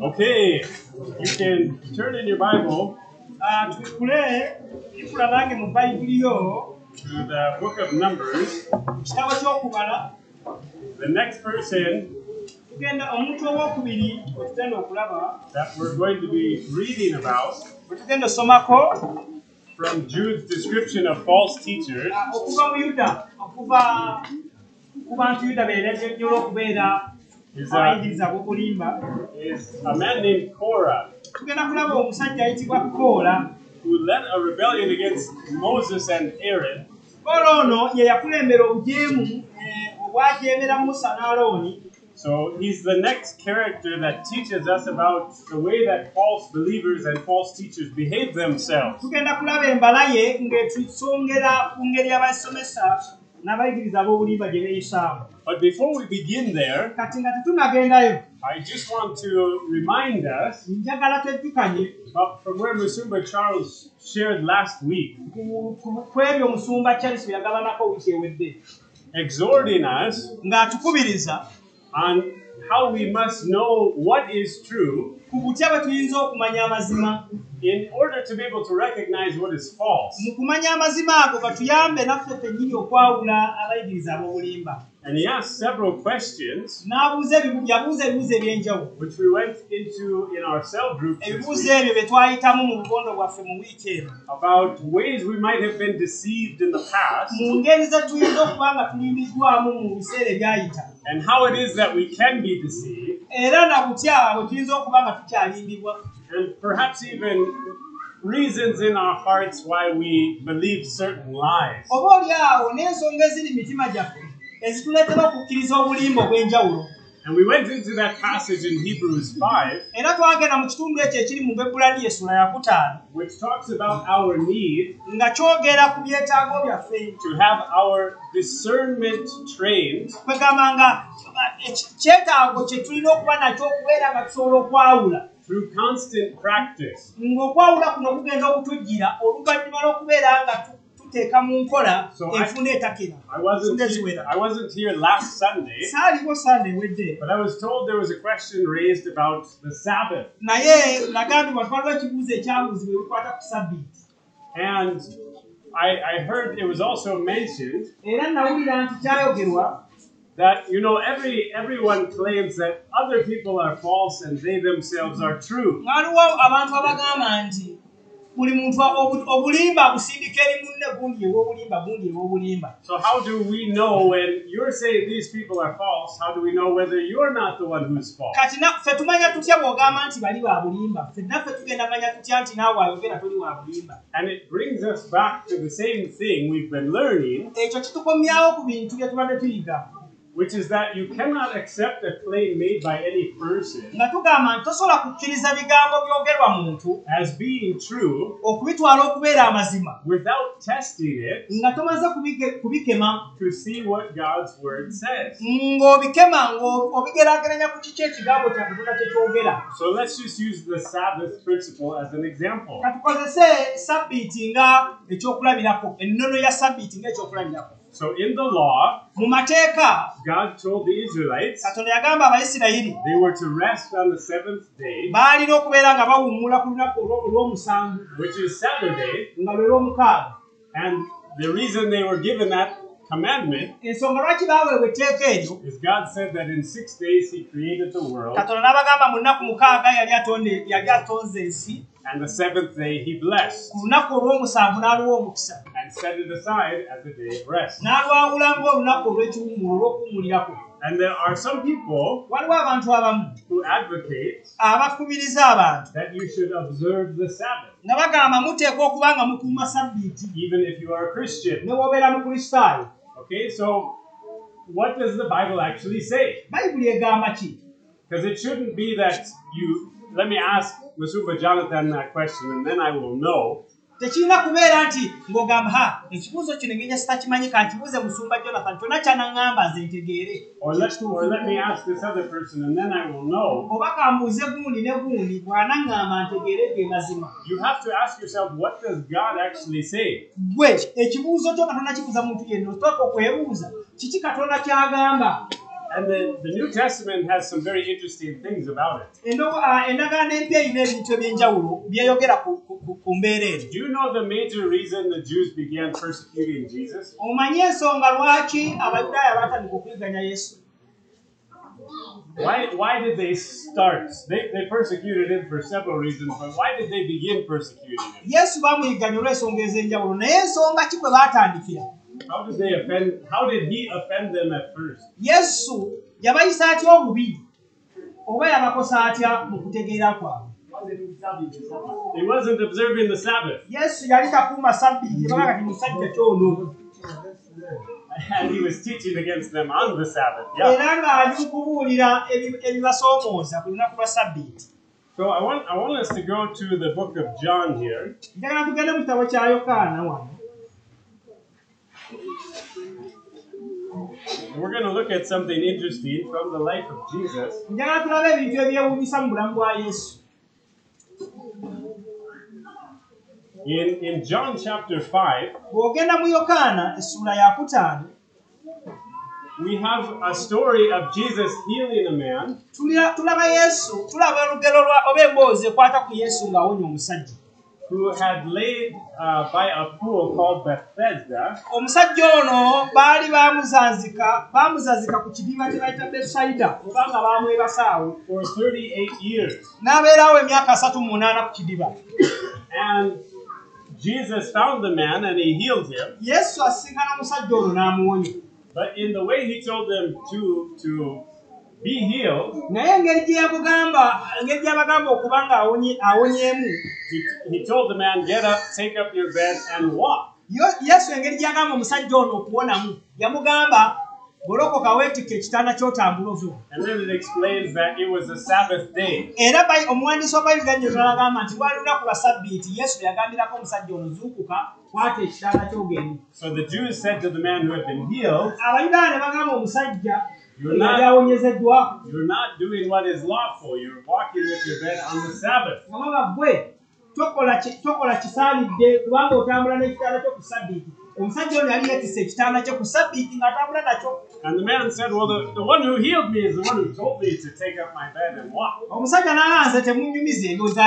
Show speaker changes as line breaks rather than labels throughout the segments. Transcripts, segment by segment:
Okay, you can turn in your Bible
Ah, tukule ebibula bange mu bayibuliro
to the book of Numbers.
kitabo kyokubala
The next person
tugenda omuntu owokubiri wetugenda okulaba
that we're going to be reading about
wetugenda osomako
from Jude's description of false teachers
ah, okuva mu yuda okuva ku bantu yuda beereeyo olw'okubeera
is, uh,
abayigiriza b'obulimba
is a man named Korah
tugenda kulaba omusajja ayitibwa koola
who led a rebellion against Moses and Aaron.
koola ono ye yakulembera obujeemu eh, obwajeemera musa n'alooni
So he's the next character that teaches us about the way that false believers and false teachers behave themselves.
tugenda kulaba embala ye ng'etusongera ku ngeri abasomesa n'abayigiriza ab'obulimba gye beeyisaamu
But before we begin there,
kati nga tetunagendayo
I just want to remind us
njagala twejjukanye
about from where Musumba Charles shared last week,
ku- ku- ku ebyo omusumba charles bye yagabanako wiiki ewedde
exhorting us
ng'atukubiriza
on how we must know what is true
ku butya bwe tuyinza okumanya amazima
in order to be able to recognize what is false.
mu kumanya amazima ago katuyambe naffe fennyini okwawula abayigiriza ab'obulimba
And he asked several questions,
n'abuuza ebibu- yabuuza ebibuuzo eby'enjawulo
which we went into in our cell group this
ebibuuzo
week,
ebyo bye twayitamu mu bugondo bwaffe mu wiiki eno
about ways we might have been deceived in the past
mu ngeri ze tuyinza okuba nga tulimbiddwamu mu biseera ebyayita
and how it is that we can be deceived
era na butya bwe tuyinza okuba nga tukyalimbibwa
and perhaps even reasons in our hearts why we believe certain lies.
oba oli awo n'ensonga eziri mu mitima gyaffe ezituleetera okukkiriza obulimba obw'enjawulo
And we went into that passage in Hebrews 5,
era twagenda mu kitundu ekyo ekiri mu bwebulani esula yakutaano
which talks about our need
nga kyogera ku byetaago byaffe
to have our discernment trained
kwegamba nga eki- kyetaago kye tulina okuba nakyo okubeera nga tusobola okwawula
through constant practice.
ng'okwawula kuno kugenda okutujjira oluvannyuma lw'okubeera nga tu- tuteeka mu nkola enfunda etakira
I wasn't,
enfunda eziwera
I wasn't here last Sunday,
saaliwo sande ewedde
but I was told there was a question raised about the Sabbath.
naye nagambibwa twaliwo ekibuuzo ekyabuuzibwa ebikwata ku sabbiiti
And I, I heard it was also mentioned
era nawulira nti kyayogerwa
that you know every everyone claims that other people are false and they themselves are true.
waliwo abantu abagamba nti buli muntu obu- obulimba abusindika eri munne gundi ew'obulimba gundi ew'obulimba
So how do we know when you're saying these people are false? How do we know whether you're not the one who's false?
kati naffe tumanya tutya bw'ogamba nti bali ba bulimba ffe naffe tugenda manya tutya nti naawe ayogera toli wa bulimba
And it brings us back to the same thing we've been learning,
ekyo kitukomyawo ku bintu bye tubadde tuyiga
which is that you cannot accept a claim made by any person
nga tugamba nti tosobola kukkiriza bigambo byogerwa muntu
as being true
okubitwala okubeera amazima
without testing it
nga tomaze kubike- kubikema
to see what God's word says.
ng'obikema ng'obigeraageranya ku kiki ekigambo kya katonda kye kyogera
So let's just use the Sabbath principle as an example.
katukozese sabbiiti nga ekyokulabirako ennono ya sabbiiti nga ekyokulabirako
So in the law,
mu mateeka
God told the Israelites
katonda yagamba abayisirayiri
they were to rest on the seventh day,
baalina okubeera nga bawummula ku lunaku olwo- olw'omusanvu
which is Saturday,
nga lwe lw'omukaaga
and the reason they were given that commandment
ensonga lwaki baaweebwa etteeka eryo
is God said that in six days He created the world,
katonda n'abagamba mu nnaku mukaaga yali atonde- yali atonze ensi
and the seventh day He blessed
ku lunaku olw'omusanvu n'aluwa omukisa
and set it aside as a day of rest.
n'alwawula ng'olunaku olw'ekiwummulo olw'okuwummulirako
And there are some people
waliwo abantu abamu
who advocate
abakubiriza abantu
that you should observe the Sabbath,
nga bagamba muteekwa okuba nga mukuuma sabbiiti
even if you are a Christian.
newoobeera mukristaayo
Okay, so what does the Bible actually say?
bayibuli egamba ki
Because it shouldn't be that you. Let me ask Masuba Jonathan that question, and then I will know.
tekirina kubeera nti ng'ogamba ha ekibuuzo kino ngeri sitakimanyi kankibuuze musumba jonathan kyonna kyanaŋŋamba nze ntegeere
Or let, or let me ask this other person, and then I will know.
oba kambuuze gundi ne gundi bw'anaŋŋamba ntegeere ge mazima
You have to ask yourself, what does God actually say?
gwe ekibuuzo kyo katonda kibuuza muntu yenna oteeka okwebuuza kiki katonda kyagamba
And the, the New Testament has some very interesting things about it.
Eno- ah, endagaano empya erina ebintu ebyenjawulo byeyogera ku- ku- ku- ku mbeera eno
Do you know the major reason the Jews began persecuting Jesus?
omanyi ensonga lwaki abayudaaya batandika okwiganya yesu
Why, why did they start? They, they persecuted him for several reasons, but why did they begin persecuting him?
yesu bamuyiganya olw'ensonga ez'enjawulo naye ensonga ki kwe baatandikira
How did they offend? How did he offend them at first?
yesu yabayisa atya obubi oba yabakosa atya mu kutegeera kwabwe
He wasn't observing the Sabbath,
yesu yali takuuma sabbiiti baga ti musajja kyono
and he was teaching against them on the Sabbath. Yeah.
era ng'ali okubuulira ebi- ebibasoomooza ku lunaku lwa sabbiiti
So I want I want us to go to the book of John here,
njagala tugende mu kitabo kya yokaana wano
and we're going to look at something interesting from the life of Jesus.
njagala tulaba ebintu ebyewuunyisa mu bulamu bwa yesu
In in John chapter five,
bw'ogenda mu yokaana essula ya kutaano
we have a story of Jesus healing a man,
tulira- tulaba yesu tulaba olugero lwa- oba emboozi ekwata ku yesu ng'awonya omusajja
who had laid uh, by a pool called Bethesda,
omusajja ono baali bamuzanzika bamuzanzika ku kidiba kye bayita besaida obanga baamwebasaawo
for 38 years.
n'abeerawo emyaka asatu munaana ku kidiba
And Jesus found the man and he healed him.
yesu asinkana omusajja ono n'amuwonya
But in the way he told them to to be healed,
naye engeri gye yamugamba engeri gy'abagamba okuba ng'awonye- awonyeemu
he, he told the man, "Get up, take up your bed, and walk."
Yo- yesu engeri gyagamba omusajja ono okuwonamu yamugamba golokoka weetikke ekitanda ky'otambula ova
And then it explains that it was a Sabbath day.
era bayi- omuwandiisi wa bayibuli ajjozala agamba nti lwali lunaku lwa sabbiiti yesu yagambirako omusajja ono zuukuka kwata ekitanda ky'ogenda
So the Jews said to the man who had been healed,
abayudaaya ne bagamba omusajja
Yonna-
yali awonyezeddwa
"You're not doing what is lawful. You're walking with your bed on the Sabbath."
nga baba ggwe tokola ki- tokola kisaanidde kubanga otambula n'ekitanda kyo ku sabbiiti omusajja ono yali yeetisse ekitanda kye ku sabbiiti ng'atambula nakyo
And the man said, "Well, the, the one who healed me is the one who told me to take up my bed and walk."
omusajja n'alanze temunyumiza ebyoza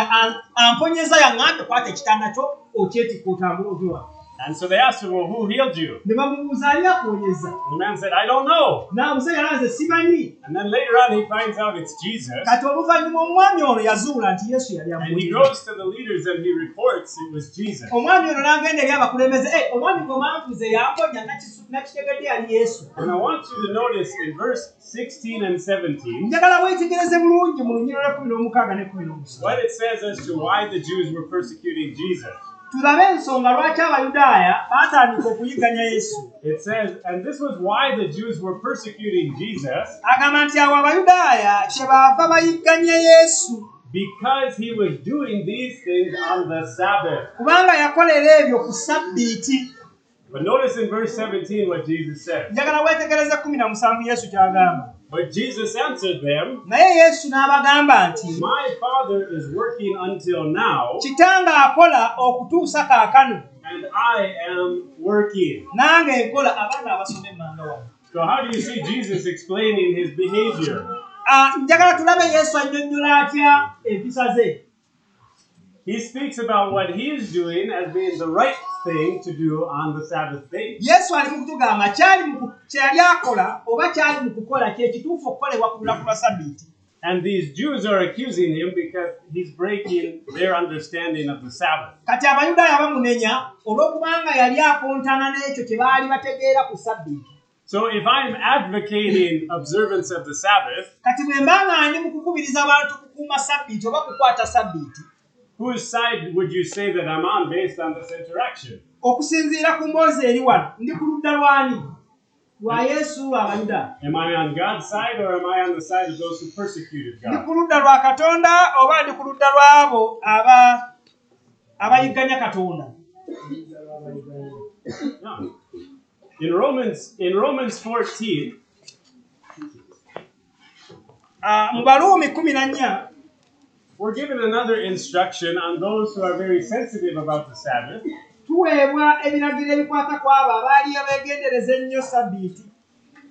amponyeza yaŋŋambe kwata ekitanda kyo okyetikka otambula ogiwa
And so they asked him, "Well, who healed you?"
ne bamubuuza ani aponyeza
And the man said, "I don't know."
na omusajja n'alanze simanyi
And then later on, he finds out it's Jesus.
kati oluvannyuma omwami ono yazuula nti yesu yali
And he
amuwulira
goes to the leaders and he reports it was Jesus.
omwami ono n'agenda eri abakulembeze "Eh, omwami gwe manvuze yamponya nakisu- nakitegedde yali yesu
And I want you to notice in verse 16 and 17
njagala weetegereze bulungi mu lunyiro lwa kumi n'omukaaga ne kumi n'omusanvu
what it says as to why the Jews were persecuting Jesus.
tulabe ensonga lwaki abayudaaya baatandika okuyiganya yesu
It says, and this was why the Jews were persecuting Jesus,
agamba nti awo abayudaaya kyebaava bayiganye yesu
because he was doing these things on the Sabbath.
kubanga yakolera ebyo ku sabbiiti
But notice in verse 17 what Jesus said.
njagala weetegereze kumi na musanvu yesu ky'agamba
But Jesus answered them,
naye yesu n'abagamba nti
My Father is working until now,
kitange akola okutuusa kaakano
and I am working.
nange enkola abaana abasoma emmanga wano
So, how do you see Jesus explaining his behavior?
Ah, njagala tulabe yesu annyonnyola atya empisa ze
He speaks about what he is doing as being the right thing to do on the Sabbath day.
yesu ali mu kutugamba kyali mu ku- kye yali akola oba kyali mu kukola kye kituufu okukolebwa ku lunaku lwa sabbiiti
And these Jews are accusing him because he's breaking their understanding of the Sabbath.
kati abayudaaya bamunenya olw'okubanga yali akontana n'ekyo kye baali bategeera ku sabbiiti
So if I'm advocating observance of the Sabbath,
kati bwe mba nga ndi mu kukubiriza abantu kukuuma sabbiiti oba kukwata sabbiiti
whose side would you say that I'm on based on this interaction?
okusinziira ku mboozi eri wano ndi ku ludda lwani lwa yesu lw'abayudaaya
Am I on God's side or am I on the side of those who persecuted
ndi
God?
ku ludda lwa katonda oba ndi ku ludda lw'abo aba abayigganya katonda
No. In Romans in Romans 14,
Ah, mu baluumi kumi na nnya
we're given another instruction on those who are very sensitive about the Sabbath.
tuweebwa ebiragiro ebikwata ku abo abaali abeegendereza ennyo sabbiiti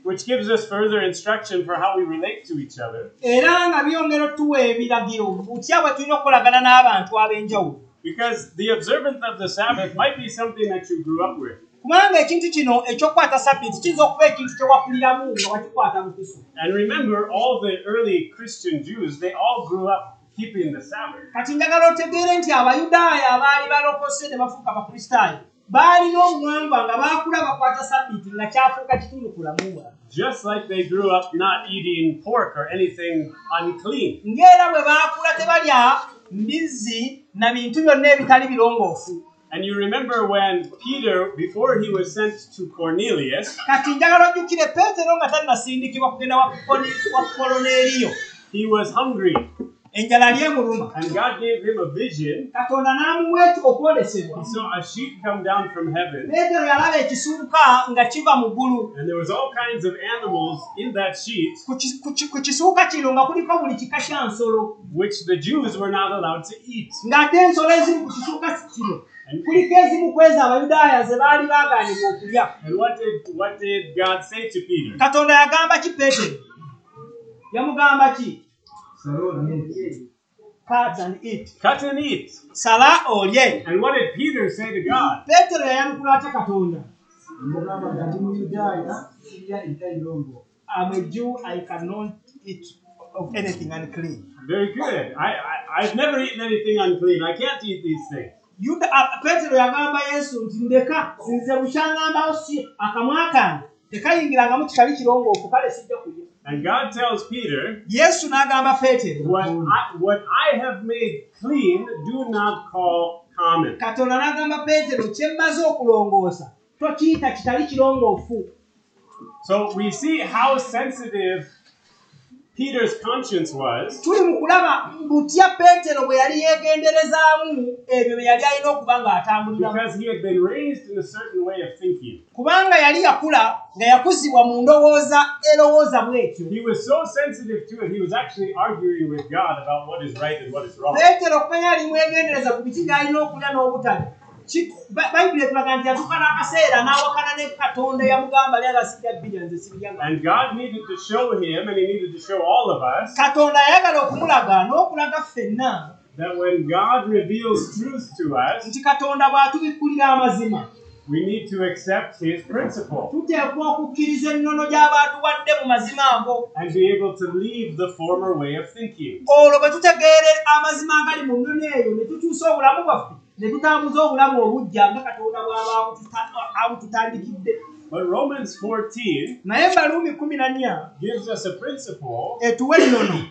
which gives us further instruction for how we relate to each other.
era nga byongera otuwa ebiragiro butya bwe tulina okukolagana n'abantu ab'enjawulo
Because the observance of the Sabbath might be something that you grew up with,
kubanga ekintu kino eky'okukwata sabbiiti kiyinza okuba ekintu kyewakuliramu nga wakikwata mukisa
and remember, all the early Christian Jews they all grew up keeping the Sabbath.
kati njagala otegeere nti abayudaaya abaali balokose ne bafuuka bakristaayo baalina obuwangwa nga baakula bakwata sabbiiti nga kyafuuka kitundu ku bulamu bwabwe
Just like they grew up not eating pork or anything unclean.
ng'era bwe baakula tebalya mbizzi na bintu byonna ebitali birongoofu
And you remember when Peter, before he was sent to Cornelius,
kati njagala ojjukire peetero nga tannasindikibwa kugenda wa Kone- wa koloneeriyo
he was hungry,
enjala ali emuluma
and God gave him a vision.
katonda n'amuwa ekyo okwolesebwa
He saw a sheep come down from heaven,
peetero yalaba ekisuuka nga kiva mu ggulu
and there was all kinds of animals in that sheep,
Ku ki- ku ki- ku kisuuka kino nga kuliko buli kika kya nsolo
which the Jews were not allowed to eat.
ng'ate ensolo ezimu ku kisuuka kino
And,
kuliko ezimu kwezi abayudaaya ze baali baagaanibwa okulya
and what did what did God say to Peter?
katonda yagamba ki peetero yamugamba ki Cut and eat.
Cut and eat.
sala olye
And what did Peter say to God?
peetero yayanukula ate katonda
mugamba nga ndi muyudaaya sirya ebitayirongo
I'm a Jew, I cannot eat of anything unclean.
Very good. I, I I've never eaten anything unclean. I can't eat these things.
Yuda a- Petero yagamba Yesu nti ndeka nze bukyaŋŋambawo si akamwa kange tekayingirangamu kitali kirongoofu kale sijja kulya
And God tells Peter,
yesu n'agamba peetero
what I, what I have made clean, do not call common.
katonda n'agamba peetero kye mmaze okulongoosa tokiyita kitali kirongoofu
So we see how sensitive Peter's conscience was,
tuli mu kulaba butya peetero bwe yali yeegenderezaamu ebyo bye yali alina okuba ng'atambuliramu
because he had been raised in a certain way of thinking.
kubanga yali yakula nga yakuzibwa mu ndowooza erowooza bw'etyo
He was so sensitive to it, he was actually arguing with God about what is right and what is wrong.
peetero okuba yali mwegendereza ku biki gy'alina okulya n'obutali Ki- Ba- bayibuli etulaga nti yatukana akaseera n'awakana ne katonda eyamugamba lyala sirya bbiri nze siryagala
And God needed to show him, and he needed to show all of us,
katonda ayagala okumulaga n'okulaga ffenna
that when God reveals truth to us,
nti katonda bw'atubikkulira amazima
we need to accept his principle
tuteekwa okukkiriza ennono gy'abaatuwadde mu mazima ago
and be able to leave the former way of thinking.
olwo bwe tutegeere amazima agali mu nnono eyo ne tukyusa obulamu bwaffe ne tutambuza obulamu obujja nga katonda bw'aba abututa- abututandikidde
But Romans 14
naye baluumi kumi na nnya
gives us a principle
etuwa ennono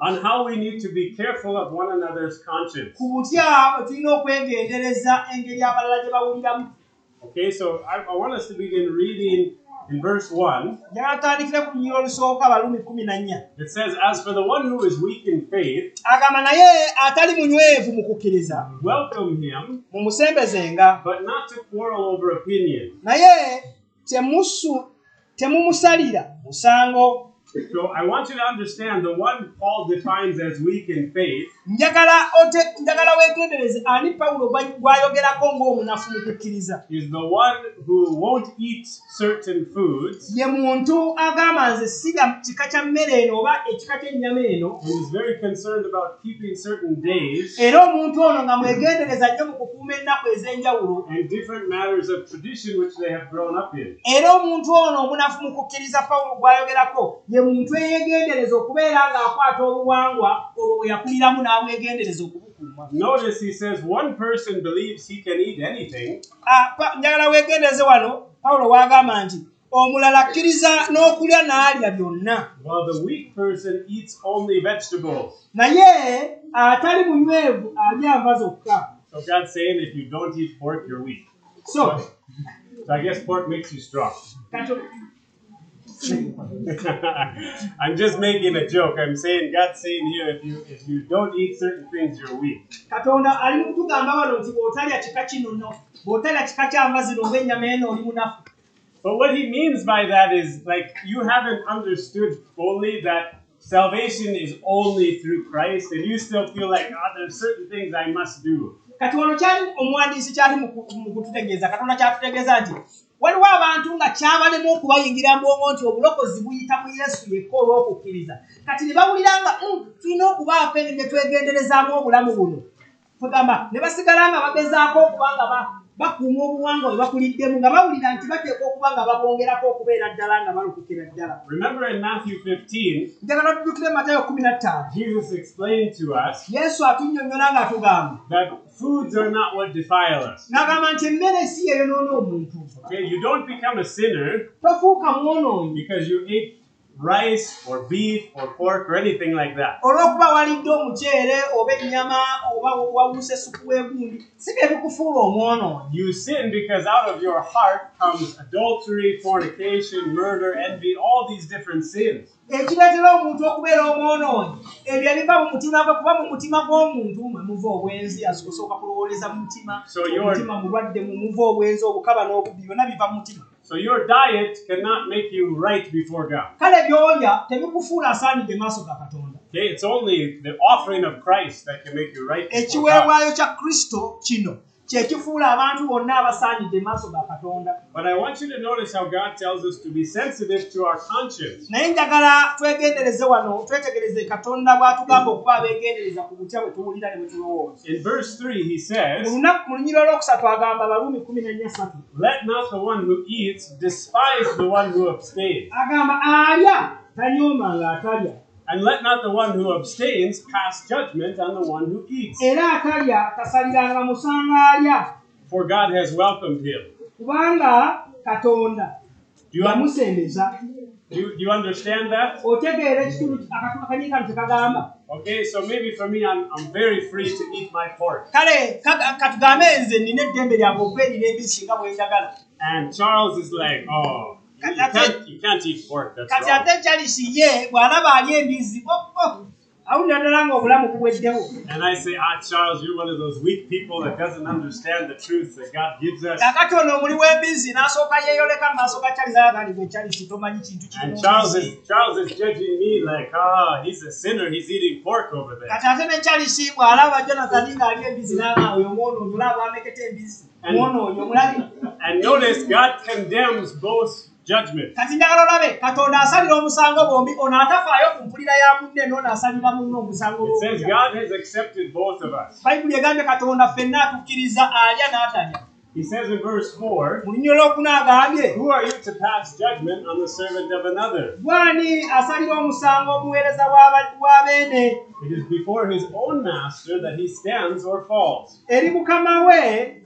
on how we need to be careful of one another's conscience.
ku butya tulina okwegendereza engeri abalala gye bawuliramu
Okay, so I, I want us to begin reading in verse 1.
njagala tutandikire ku lunyiro olusooka abalumi kumi na nnya
It says, As for the one who is weak in faith,
agamba naye atali munywevu mu kukkiriza
welcome him,
mumusembezenga
but not to quarrel over opinion.
naye temusu- temumusalira musango
So I want you to understand the one Paul defines as weak in faith
njagala ote- njagala wegendereze ani pawulo gwa- gw'ayogerako ng'omunafu mu kukkiriza
is the one who won't eat certain foods
ye muntu agamba nze sirya kika kya mmere eno oba ekika ky'ennyama eno
and is very concerned about keeping certain days
era omuntu ono nga mwegendereza nnyo mu kukuuma ennaku ez'enjawulo
and different matters of tradition which they have grown up in.
era omuntu ono omunafu mu kukkiriza pawulo gw'ayogerako ye muntu eyeegendereza okubeera ng'akwata obuwangwa obwo bwe yakuliramu n'abwegendereza okubukuuma
Notice he says one person believes he can eat anything,
Ah, pa- njagala weegendereze wano pawulo wagamba nti omulala akkiriza n'okulya n'alya byonna
while the weak person eats only vegetables.
naye atali munywevu alya nva zokka
So God's saying if you don't eat pork, you're weak.
so
So I guess pork makes you strong.
kato-
I'm just making a joke. I'm saying God's saying here if you if you don't eat certain things, you're weak.
katonda ali mu kutugamba wano nti bw'otalya kika kino no bw'otalya kika kya nva zino oba ennyama eno oli munafu
But what he means by that is like you haven't understood fully that salvation is only through Christ, and you still feel like ah, there's certain things I must do.
kati wano kyali omuwandiisi kyali mu ku- mu kututegeeza katonda kyatutegeeza nti waliwo abantu nga kyabalema okubayingira mbwongo nti obulokozi buyita mu yesu yekka olw'okukkiriza kati ne bawulira nga "Mm, tulina okubaako engeri gye twegenderezaamu obulamu buno twegamba ne basigala nga bagezaako okuba nga ba- bakuuma obuwangwa bwe bakuliddemu nga bawulira nti bateeka okuba nga babongerako okubeera ddala nga balokokera ddala
Remember in Matthew 15,
njagala tudukire matayo 15
Jesus explained to us
yesu atunnyonnyola ng'atugamba
that foods are not what defile us.
n'agamba nti emmere si yeyonoona omuntu
Okay, you don't become a sinner
tofuuka mwonoonyi
because you ate rice or beef or pork or anything like that.
olw'okuba walidde omuceere oba ennyama oba wawuse supu w'egundi si bye bikufuula omwonoonyi
You sin because out of your heart comes adultery, fornication, murder, envy, all these different sins.
ekireetera omuntu okubeera omwonoonyi ebyo ebiva mu mutima gwe kuba mu mutima gw'omuntu mwe muva obwenzi asobosoka kulowooleza mu mutima
So your-
omutima mulwadde mu muva obwenzi obukaba n'obubbi byonna biva mu mutima
So your diet cannot make you right before God.
kale byolya tebikufuula asaanidde maaso ga katonda
Okay, it's only the offering of Christ that can make you right before God.
ekiweebwayo kya kristo kino kyekifuula abantu bonna abasaanidde maaso ga katonda
But I want you to notice how God tells us to be sensitive to our conscience.
naye njagala twegendereze wano twetegereze katonda bw'atugamba okuba abeegendereza ku butya bwe tuwulira ne bwe tulowooza
In verse 3, he
mu
says,
lunaku mu lunyira olwokusatu agamba abaluumi kumi nanyasatu
Let not the one who eats despise the one who abstains,
agamba alya tanyooma ng'atalya
and let not the one who abstains pass judgment on the one who eats,
era atalya tasaliranga musanga alya
for God has welcomed him.
kubanga katonda
Do you, un-
yamusembeza
do you, do you understand that?
otegeera ekitundu akanyikano tekagamba
Okay, so maybe for me, I'm, I'm very free to eat my pork.
kale kaga- katugambe nze nina eddembe lyange okwerira ebisi nga bwe njagala
And Charles is like, oh, you, you can't, you can't eat pork. That's
kati
wrong.
ate charles ye bw'alaba ali embizzi awulira ddala nga obulamu bubweddewo
And I say, ah, Charles, you're one of those weak people that doesn't understand the truth that God gives us.
kakati ono omuli w'embizzi n'asooka yeeyoleka mu maaso ga charles agali gwe charles tomanyi kintu kiri mu
And Charles
mbizzi."
is Charles is judging me like, ah, he's a sinner. He's eating pork over there.
kati ate ne charles bw'alaba jonathan ng'ali embizzi n'aga oyo mwonoonyi olaba ameketa embizzi
And-
mwonoonyi omulabi
And notice God condemns both judgments.
kati njagala olabe katonda asalira omusango bombi ono atafaayo ku mpulira ya munne n'ono asalira munne omusango
It says
bombi
God has accepted both of us.
bayibuli egambye katonda ffenna atukkiriza alya n'atalya
He says in verse four,
mu lunyiro lwokuna agambye
"Who are you to pass judgment on the servant of another?
gwani asalira omusango omuweereza w'aba- wa beene
It is before his own master that he stands or falls."
eri mukama we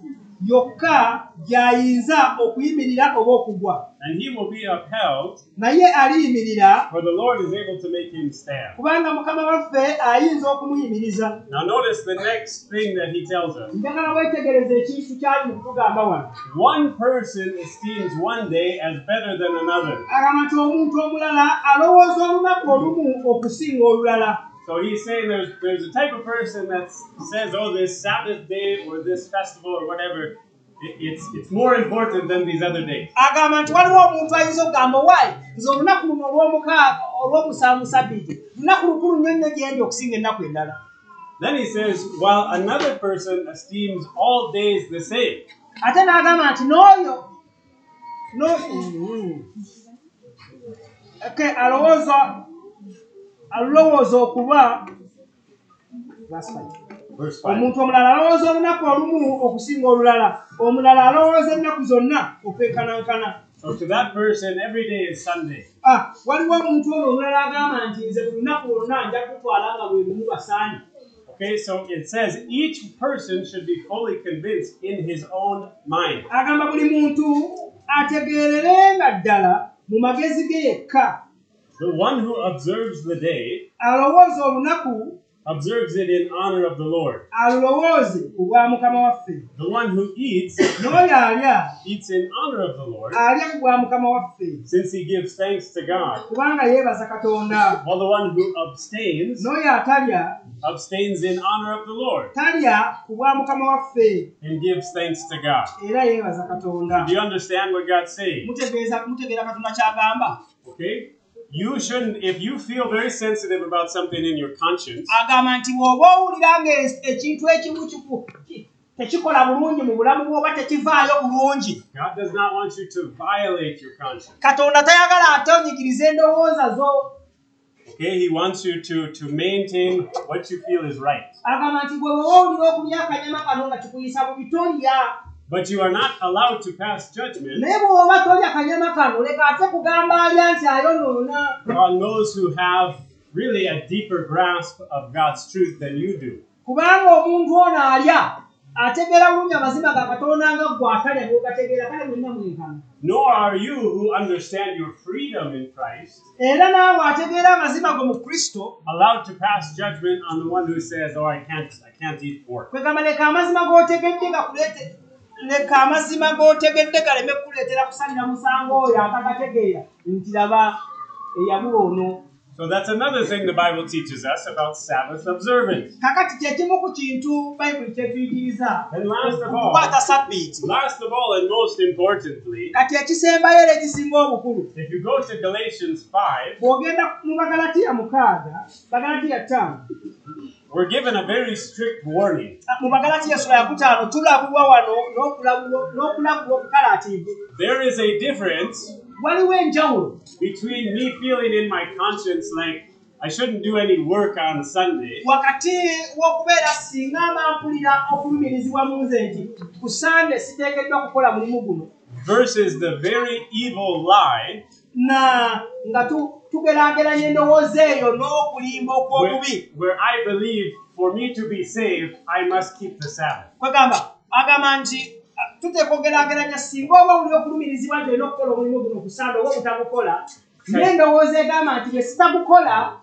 yokka gy'ayinza okuyimirira oba okugwa
And he will be upheld,
naye aliyimirira
for the Lord is able to make him stand.
kubanga mukama waffe ayinza okumuyimiriza
Now notice the next thing that he tells us.
njagala weetegereze ekintu kyali mu kutugamba wano
One person esteems one day as better than another.
agamba nti omuntu omulala alowooza olunaku olumu okusinga olulala
So he's saying there's there's a type of person that says, "Oh, this Sabbath day or this festival or whatever, it, it's it's more important than these other days."
agamba nti waliwo omuntu ayinza okugamba waayi nze olunaku luno olw'omukaaga olw'omusanvu sabiiti lunaku lukulu nnyo nnyo gye ndi okusinga ennaku endala
Then he says, "While another person esteems all days the same."
ate n'agamba nti n'oyo no- Okay, alowooza alulowooza okuba Verse five.
Verse
omuntu omulala alowooza olunaku olumu okusinga olulala omulala alowooza ennaku zonna okwenkanankana
So to that person, every day is Sunday.
Ah, waliwo omuntu ono omulala agamba nti nze ku lunaku lwonna nja kutwala nga bwe lumu basaanye
Okay, so it says each person should be fully convinced in his own mind.
agamba buli muntu ategeererenga ddala mu magezi ge yekka
The one who observes the day
alowooza olunaku
observes it in honor of the Lord.
alulowooze olwa mukama waffe
The one who eats
n'oyo alya
eats in honor of the Lord,
alya ku bwa mukama waffe
since he gives thanks to God.
kubanga yeebaza katonda
While the one who abstains
n'oyo atalya
abstains in honor of the Lord
talya ku bwa mukama waffe
and gives thanks to God.
era yeebaza katonda
Do you understand what God's saying?
mutegeeza mutegeera katonda kyagamba
Okay? You shouldn't, if you feel very sensitive about something in your conscience,
agamba nti bw'oba owulira ng'ekintu ekimu kiku- ki- tekikola bulungi mu bulamu bwoba tekivaayo bulungi
God does not want you to violate your conscience.
katonda tayagala atonyigiriza endowooza zo
Okay, He wants you to, to maintain what you feel is right.
agamba nti gwe wewoowulira okulya akanyama kano nga kikuyisa bubi tolya
But you are not allowed to pass judgment
naye bw'oba tolya akanyama kano leka ate kugamba alya nti ayonoona
on those who have really a deeper grasp of God's truth than you do.
kubanga omuntu ono alya ategeera bulungi amazima ga katonda nga ggwe atalya bwogategeera kale mwenna mwenkana
Nor are you who understand your freedom in Christ
era naawe ategeera amazima go mu kristo
allowed to pass judgment on the one who says, "Oh, I can't, I can't eat pork."
kwegamba leka amazima g'otegedde gakuleete leka amazima g'otegedde galeme kukuleetera kusalira musango oyo atagategeera nti laba eyabula ono
So that's another thing the Bible teaches us about Sabbath observance.
kakati kyekimu ku kintu bayibuli kyetuyigiriza
And last of all,
okukwata sabbiiti
last of all, and most importantly,
kati ekisembayo era ekisinga obukulu
if you go to Galatians five,
bw'ogenda mu bagalatiya mukaaga bagalatiya ttaano
we're given a very strict warning.
ah, mu bagalatiya sula yakutaano tulabulwa wano n'okulabulwa- n'okulabulwa obukalaativu
There is a difference
waliwo enjawulo
between me feeling in my conscience like I shouldn't do any work on Sunday
wakati w'okubeera singa amampulira okulumirizibwa mu nze nti ku sande siteekeddwa kukola mulimu guno
versus the very evil lie
na nga tu- tugeraageranya endowooza eyo n'okulimba
where,
okw'obubi
where I believe for me to be saved, I must keep the Sabbath.
kwegamba agamba nti ah, tuteeka ogeraageranya singa oba oli okulumirizibwa nti olina okukola omulimu guno ku sande oba obutagukola naye endowooza egamba nti bwe sitagukola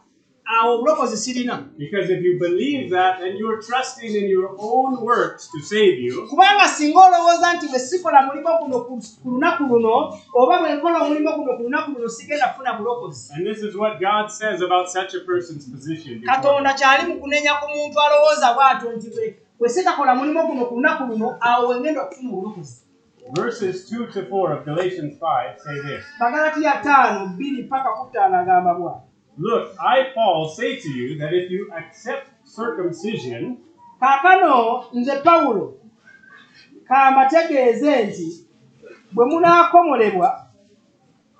awo obulokozi sirina
Because if you believe that, then you're trusting in your own works to save you,
kubanga singa olowooza nti bwe sikola mulimu guno ku ku lunaku luno oba bwe nkola omulimu guno ku lunaku luno sigenda kufuna bulokozi
and this is what God says about such a person's position. before
katonda kyali mu kunenya ku muntu alowooza bw'atyo nti bwe bwe sitakola mulimu guno ku lunaku luno awo wengenda okufuna obulokozi
you. Verses 2 to 4 of Galatians 5 say this
bagalatiya ttaano bbiri paka ku ttaano agamba bwa
Look, I, Paul, say to you that if you accept circumcision,
kaakano nze pawulo kambategeeze nti bwe munaakomolebwa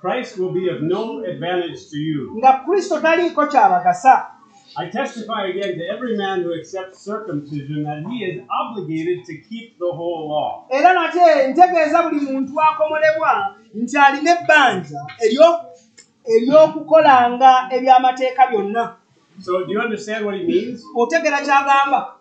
Christ will be of no advantage to you.
nga kristo taliiko kyabagasa
I testify again to every man who accepts circumcision that he is obligated to keep the whole law.
era nate ntegeeza buli muntu akomolebwa nti alina ebbanja eryo- ery'okukolanga eby'amateeka byonna
So, do you understand what he means?
otegera kyagamba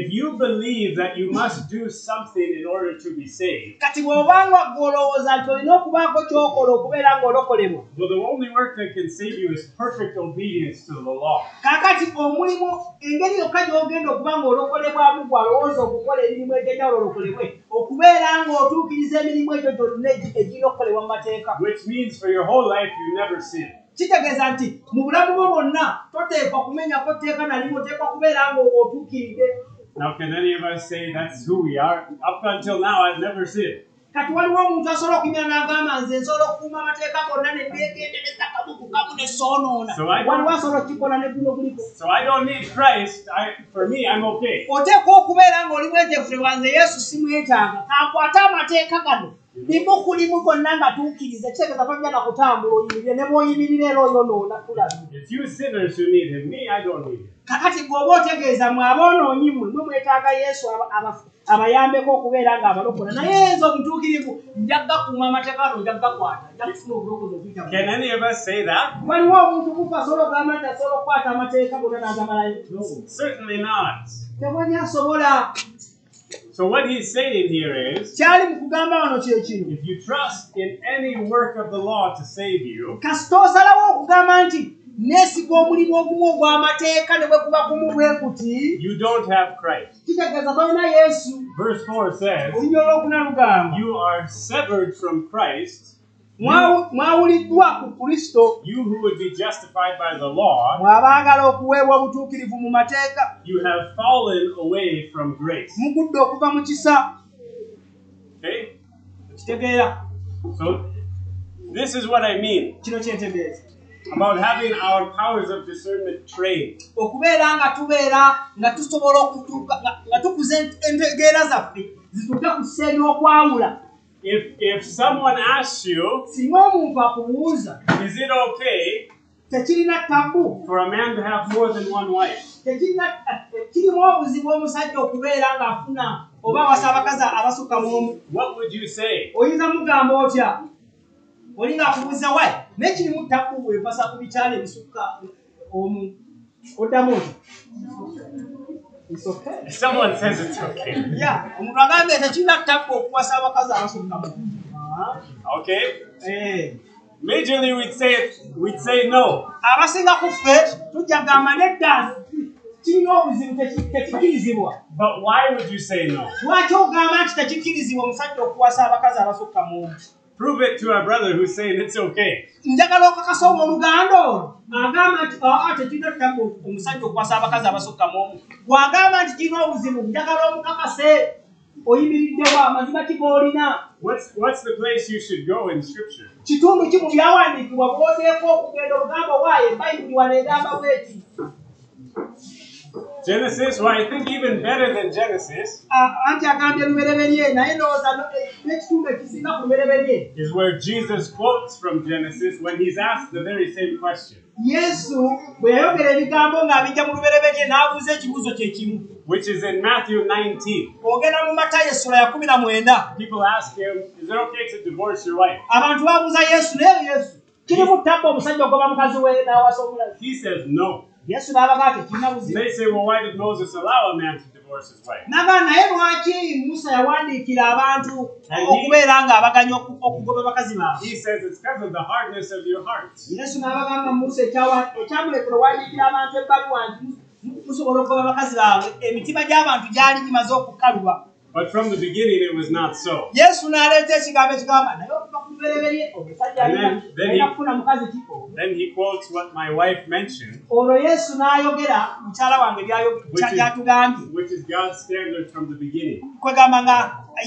If you believe that you must do something in order to be saved,
kati bw'obanga gwe olowooza nti olina okubaako ky'okola okubeera ng'olokolebwa
well, the only work that can save you is perfect obedience to the law.
kaakati omulimu engeri yokka gy'ogenda okuba ng'olokolebwamu gwalowooza okukola emirimu egyenjawulo olokolebwe okubeera ng'otuukiriza emirimu egyo gyonna egi- egirina okukolebwa mu mateeka
Which means for your whole life you never sin.
kitegeeza nti mu bulamu bwo bwonna toteekwa kumenyako tteeka nalimu oteekwa kubeera ng'otuukiridde
Now, can any of us say that's who we are? Up until now, I've never sinned.
kati waliwo omuntu asobola okunyira n'agamba nze nsobola okukuuma amateeka gonna ne neegendereza kamu ku kamu ne soonoona
So I-
waliwo asobola okukikola ne guno guliko
So I don't need Christ. I, for me, I'm okay.
oteekwa okubeera ng'oli mweteefu ne wanze yesu simwetaaga kankwate amateeka gano limu ku limu gonna nga tuukiriza kitegeeza tojja na kutambula oyimirire ne bw'oyimirira era oyonoona tulabe
It's you sinners who need him. Me, I don't need him.
kakati gweoba otegeeza mwe aboonoonyi mwe mwe mwetaaga yesu aba- aba- abayambeko okubeera ng'abalokola naye nze omutuukirivu nja gakuuma amateeka gano nja gakwata nja kufuna obulokozi okuyita mu
Can any of us say that?
waliwo omuntu kufa asobola ogamba nti asobola okukwata amateeka gonna n'agamalayo
Certainly not.
tewali asobola
So what he's saying here is,
kyali mu kugamba wano kyekino
if you trust in any work of the law to save you,
kasita osalawo okugamba nti neesiga omulimu ogumu ogw'amateeka ne bwe kuba gumu bwe kuti
you don't have Christ.
kitegeeza tolina yesu
Verse 4 says,
olunyo olwokuna lugamba
You are severed from Christ,
"Mwawu- mwawuliddwa ku kristo
you who would be justified by the law,
mwabaagala okuweebwa obutuukirivu mu mateeka
you have fallen away from grace.
mugudde okuva mu kisa
Okay?
kitegeera
So this is what I mean
kino kyentegeeza
about having our powers of discernment trained.
okubeera nga tubeera nga tusobola okutuuka nga- nga nga tukuza ent- entegeera zaffe zituuke ku kisa ery'okwawula
If, if someone asks you,
singa omuntu akubuuza
is it okay
tekirina tabu
for a man to have more than one wife?
tekirina kirimu obuzibu omusajja okubeera ng'afuna oba wasa abakazi abasukka mu omu
What would you say?
oyinza mugamba otya oli ng'akubuuza wayi naye kirimu tabu wepasa ku bikyalo ebisukka omu oddamu oti isoke
Someone says it's okay.
ya omuntu agambye tekirina tabu okuwasa abakazi abasukka mu omu Ah,
Okay?
eh.
Majorly, we'd say, we'd say no.
abasinga ku ffe tujja gamba nedda kirina obuzibu teki- tekikkirizibwa
But why would you say no?
lwaki ogamba nti tekikkirizibwa omusajja okuwasa abakazi abasukka mu omu
Prove it to our brother who's saying it's okay.
njagala okakasa obwo oluganda olwo agamba nti "Ah, aa tekirina ttaka omusajja okuwasa abakazi abasukka mu omu bw'agamba nti kirina obuzibu njagala omukakase oyimiriddewo amazima ki g'olina
What's, what's the place you should go in Scripture?
kitundu ki mu byawandiikibwa bw'oteeka okugenda ogamba waayo ebayibuli wano egamba bweti
Genesis? Well, I think even better than Genesis
Ah, anti agambye lubereberye naye ndowooza no- eh, n'ekitundu ekisinga ku lubereberye
is where Jesus quotes from Genesis when he's asked the very same question,
yesu bwe yayogera ebigambo ng'abijja mu lubereberye n'abuuza ekibuuzo kye kimu
which is in Matthew 19.
ogenda mu matayo essula ya kumi na mwenda
People ask him, Is it okay to divorce your wife?
abantu babuuza yesu naye yesu kirimu tabba omusajja ogoba mukazi we n'awasa omulabe
He says no.
yesu n'abagaa tekirina
And
buzibu
they say, Well, why did Moses allow a man to divorce his wife?
naga naye lwaki musa yawandiikira abantu
Naye-
okubeera ng'abaganya oku- okugoba bakazi baabwe
He says it's because of the hardness of your heart.
yesu n'abagamba musa ekyawa- ekyamulekera owandiikira abantu ebbaluwa nti mu- musobola okugoba bakazi baabwe emitima gy'abantu gyali gimaze okukkaluba
But from the beginning, it was not so.
yesu n'aleeta ekigambo ekigamba naye okuva ku lubereberye omusajja alina
Amen. Then
alina
he-
kufuna mukazi kiko
Then he quotes what my wife mentioned,
olwo yesu n'ayogera mukyala wange by'ayo-
Which is-
gy'atugambye
which is God's standard from the beginning.
kwegamba nga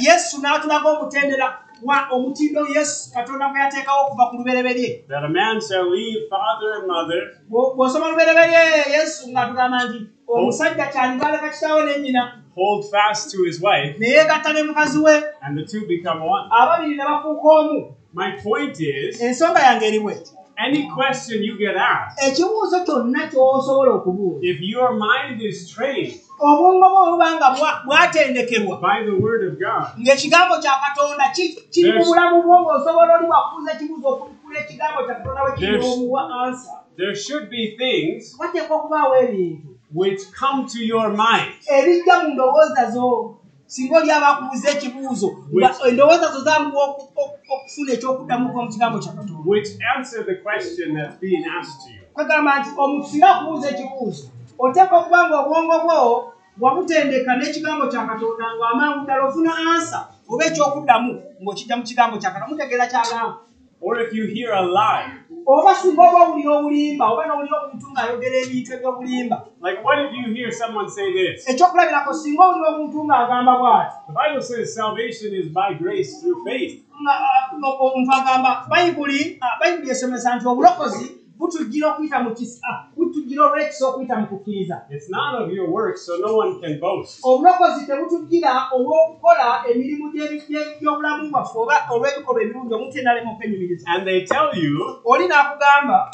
yesu n'atulaga omutendera wa omutindo yesu katonda gwe yateekawo okuva ku lubereberye
That a man shall leave father and mother
Bwo- bw'osoma lubereberye yesu ng'atugamba nti omusajja kyandibaaleka kitaawe ne nnyina
hold fast to his wife,
ne yeegatta ne mukazi we
and the two become one.
ababiri ne bafuuka omu
My point is,
ensonga yange eri bweti
any question you get asked,
ekibuuzo kyonna ky'osobola okubuuza
if your mind is trained
obwongo bwe buba nga bwa- bwatendekerwa
by the word of God,
ng'ekigambo kya katonda ki- kiri mu
There's-
bulamu bwo ng'osobola oli wakuza ekibuuzo okutuula ekigambo kya katonda we kirina
There's-
omuwa ansa
there should be things
wateekwa okubaawo ebintu
which come to your mind.
ebijja mu ndowooza zo singa oli aba akubuuza ekibuuzo nga endowooza zo zamuwa oku- oku- okufuna ekyokuddamu kuva mu kigambo kya katonda
which answer the question that's being asked to you.
kagamba nti omuntu singa akubuuza ekibuuzo oteekwa okuba nga obwongo bwo wabutendeka n'ekigambo kya katonda ng'amangu ddala ofuna ansa oba ekyokuddamu ng'okijja mu kigambo kya katonda mutegeera kyagamba
Or if you hear a lie,
oba singa oba owulira obulimba oba n'owulira omuntu ng'ayogera ebintu eby'obulimba
like what if you hear someone say this?
ekyokulabirako singa owulira omuntu ng'agamba bw'ati
The Bible says salvation is by grace through faith.
nga ah, omuntu agamba bayibuli ah, bayibuli esomesa nti obulokozi butujjira okuyita mu kisa ah, butujjira olw'ekisa okuyita mu kukkiriza
It's not of your works, so no one can boast.
obulokozi tebutujjira olw'okukola emirimu gy'ebi- gye- gy'obulamu bwaffe oba olw'ebikolwa ebirungi omuntu enalema okwenyumiriza
And they tell you,
oli n'akugamba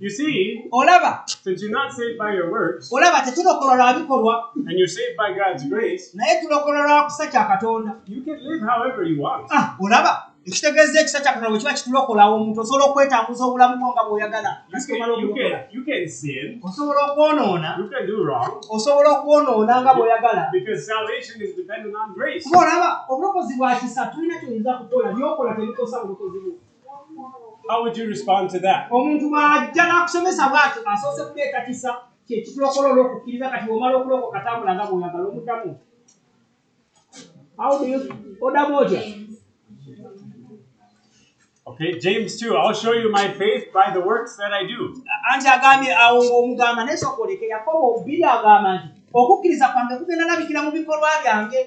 you see,
olaba
since you're not saved by your works
olaba tetulokola lwa bikolwa
and you're saved by God's grace,
naye tulokola lwa kusa kya katonda
you can live however you want.
Ah, olaba ekitegeeza ekisa kya katonda bwe kiba kitulokolawo omuntu osobola okwetambuza obulamu bwo nga bw'oyagala
You
kasi tomala
can, you
obulokola
can, you can sin,
osobola okwonoona
you can do wrong,
osobola okwonoona nga bw'oyagala
because salvation is dependent on grace.
kuba olaba obulokozi bwa kisa tulina kyoyinza kukola byokola tebikosa bulokozi bwo
How would you respond to that?
omuntu bw'ajja n'akusomesa bw'atyo asoose kuleeta kisa kyekitulokola olw'okukkiriza kati bw'omala okulokoka tambula nga bw'oyagala omuddamu How do you- oddamu otya
Okay, James 2, I'll show you my faith by the works that I do.
anti agambye awo omugamba naye sokoleke yakobo bbiri agamba nti okukkiriza kwange kugenda labikira mu bikolwa byange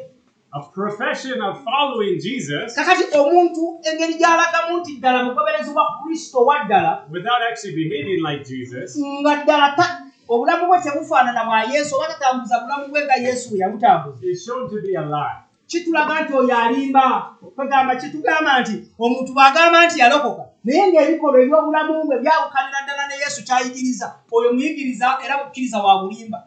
a profession of following Jesus
kakati omuntu engeri gy'alagamu nti ddala mugoberezi wa kristo wa ddala
without actually behaving like Jesus
nga ddala ta- obulamu bwe tebufaanana bwa yesu oba tatambuza bulamu bwe nga yesu bwe yabutambuza
is shown to be a lie.
kitulaga nti oyo alimba bagamba kitugamba nti omuntu bw'agamba nti yalokoka naye ng'ebikolwa eby'obulamu bwe byawukanira ddala ne yesu kyayigiriza oyo muyigiriza era mukkiriza wa bulimba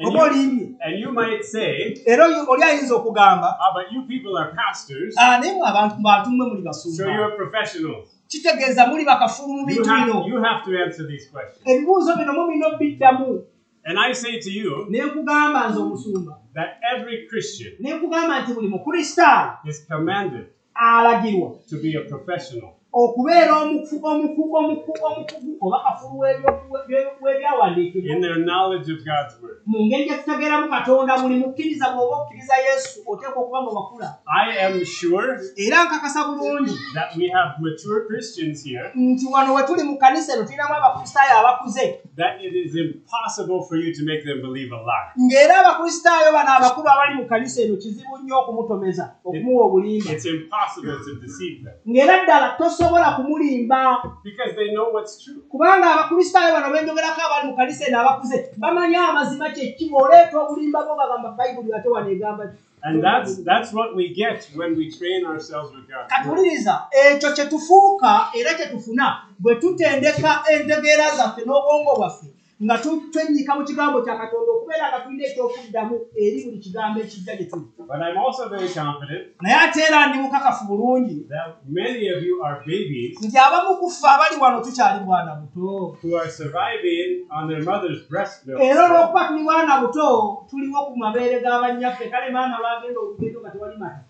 And
oba
you,
olimbye
and you might say,
era oyo- oli ayinza okugamba
ah, but you people are pastors,
"Ah, naye mwe abantu bantu mmwe muli
so
basuuba
you're professionals.
kitegeeza muli bakafulu mu
You
bintu
have,
bino
you have to answer these questions.
ebibuuzo bino mumina biddamu
And I say to you
ne nkugamba nze omusumba
that every Christian
ne nkugamba nti buli mukristaayo
is commanded
alagirwa
to be a professional.
okubeera omuku omuku omuku omukugu oba kafulu w'ebyo- w'ebyo- w'ebyawandiikibwa
in their knowledge of God's word.
mu ngeri gye tutegeeramu katonda buli mukkiriza bw'oba okkiriza yesu oteekwa okuba nga wakula
I am sure
era nkakasa bulungi
that we have mature Christians here,
nti wano we tuli mu kkanisa eno tulinamu abakristaayo abakuze
that it is impossible for you to make them believe a lie.
ng'era abakristaayo bano abakulu abali mu kkanisa eno kizibu nnyo okumutomeza okumuwa obulimba
It's impossible to deceive them
ng'era ddala tosobola kumulimba
because they know what's true.
kubanga abakristaayo bano benjogerako abali mu kanisa eno abakuze bamanyi amazima kyeki bw'oleeta obulimba bwo bagamba bayibuli ate wano egamba
And that's that's what we get when we train ourselves with God.
katuliriza ekyo kye tufuuka era kye tufuna bwe tutendeka entegeera zaffe n'obwongo bwaffe nga tu- twennyika mu kigambo kya katonda okubeera nga tulina ekyokuddamu eri buli kigambo ekijja gye tuli
But I'm also very confident
naye ate era ndi mukakafu bulungi
that many of you are babies
nti abamu kuffe abali wano tukyali bwana buto
who are surviving on their mother's breast milk.
era olw'okuba tuli bwana buto tuliwo ku mabeere g'abannyaffe kale maana lwagenda olugendo nga tewali mata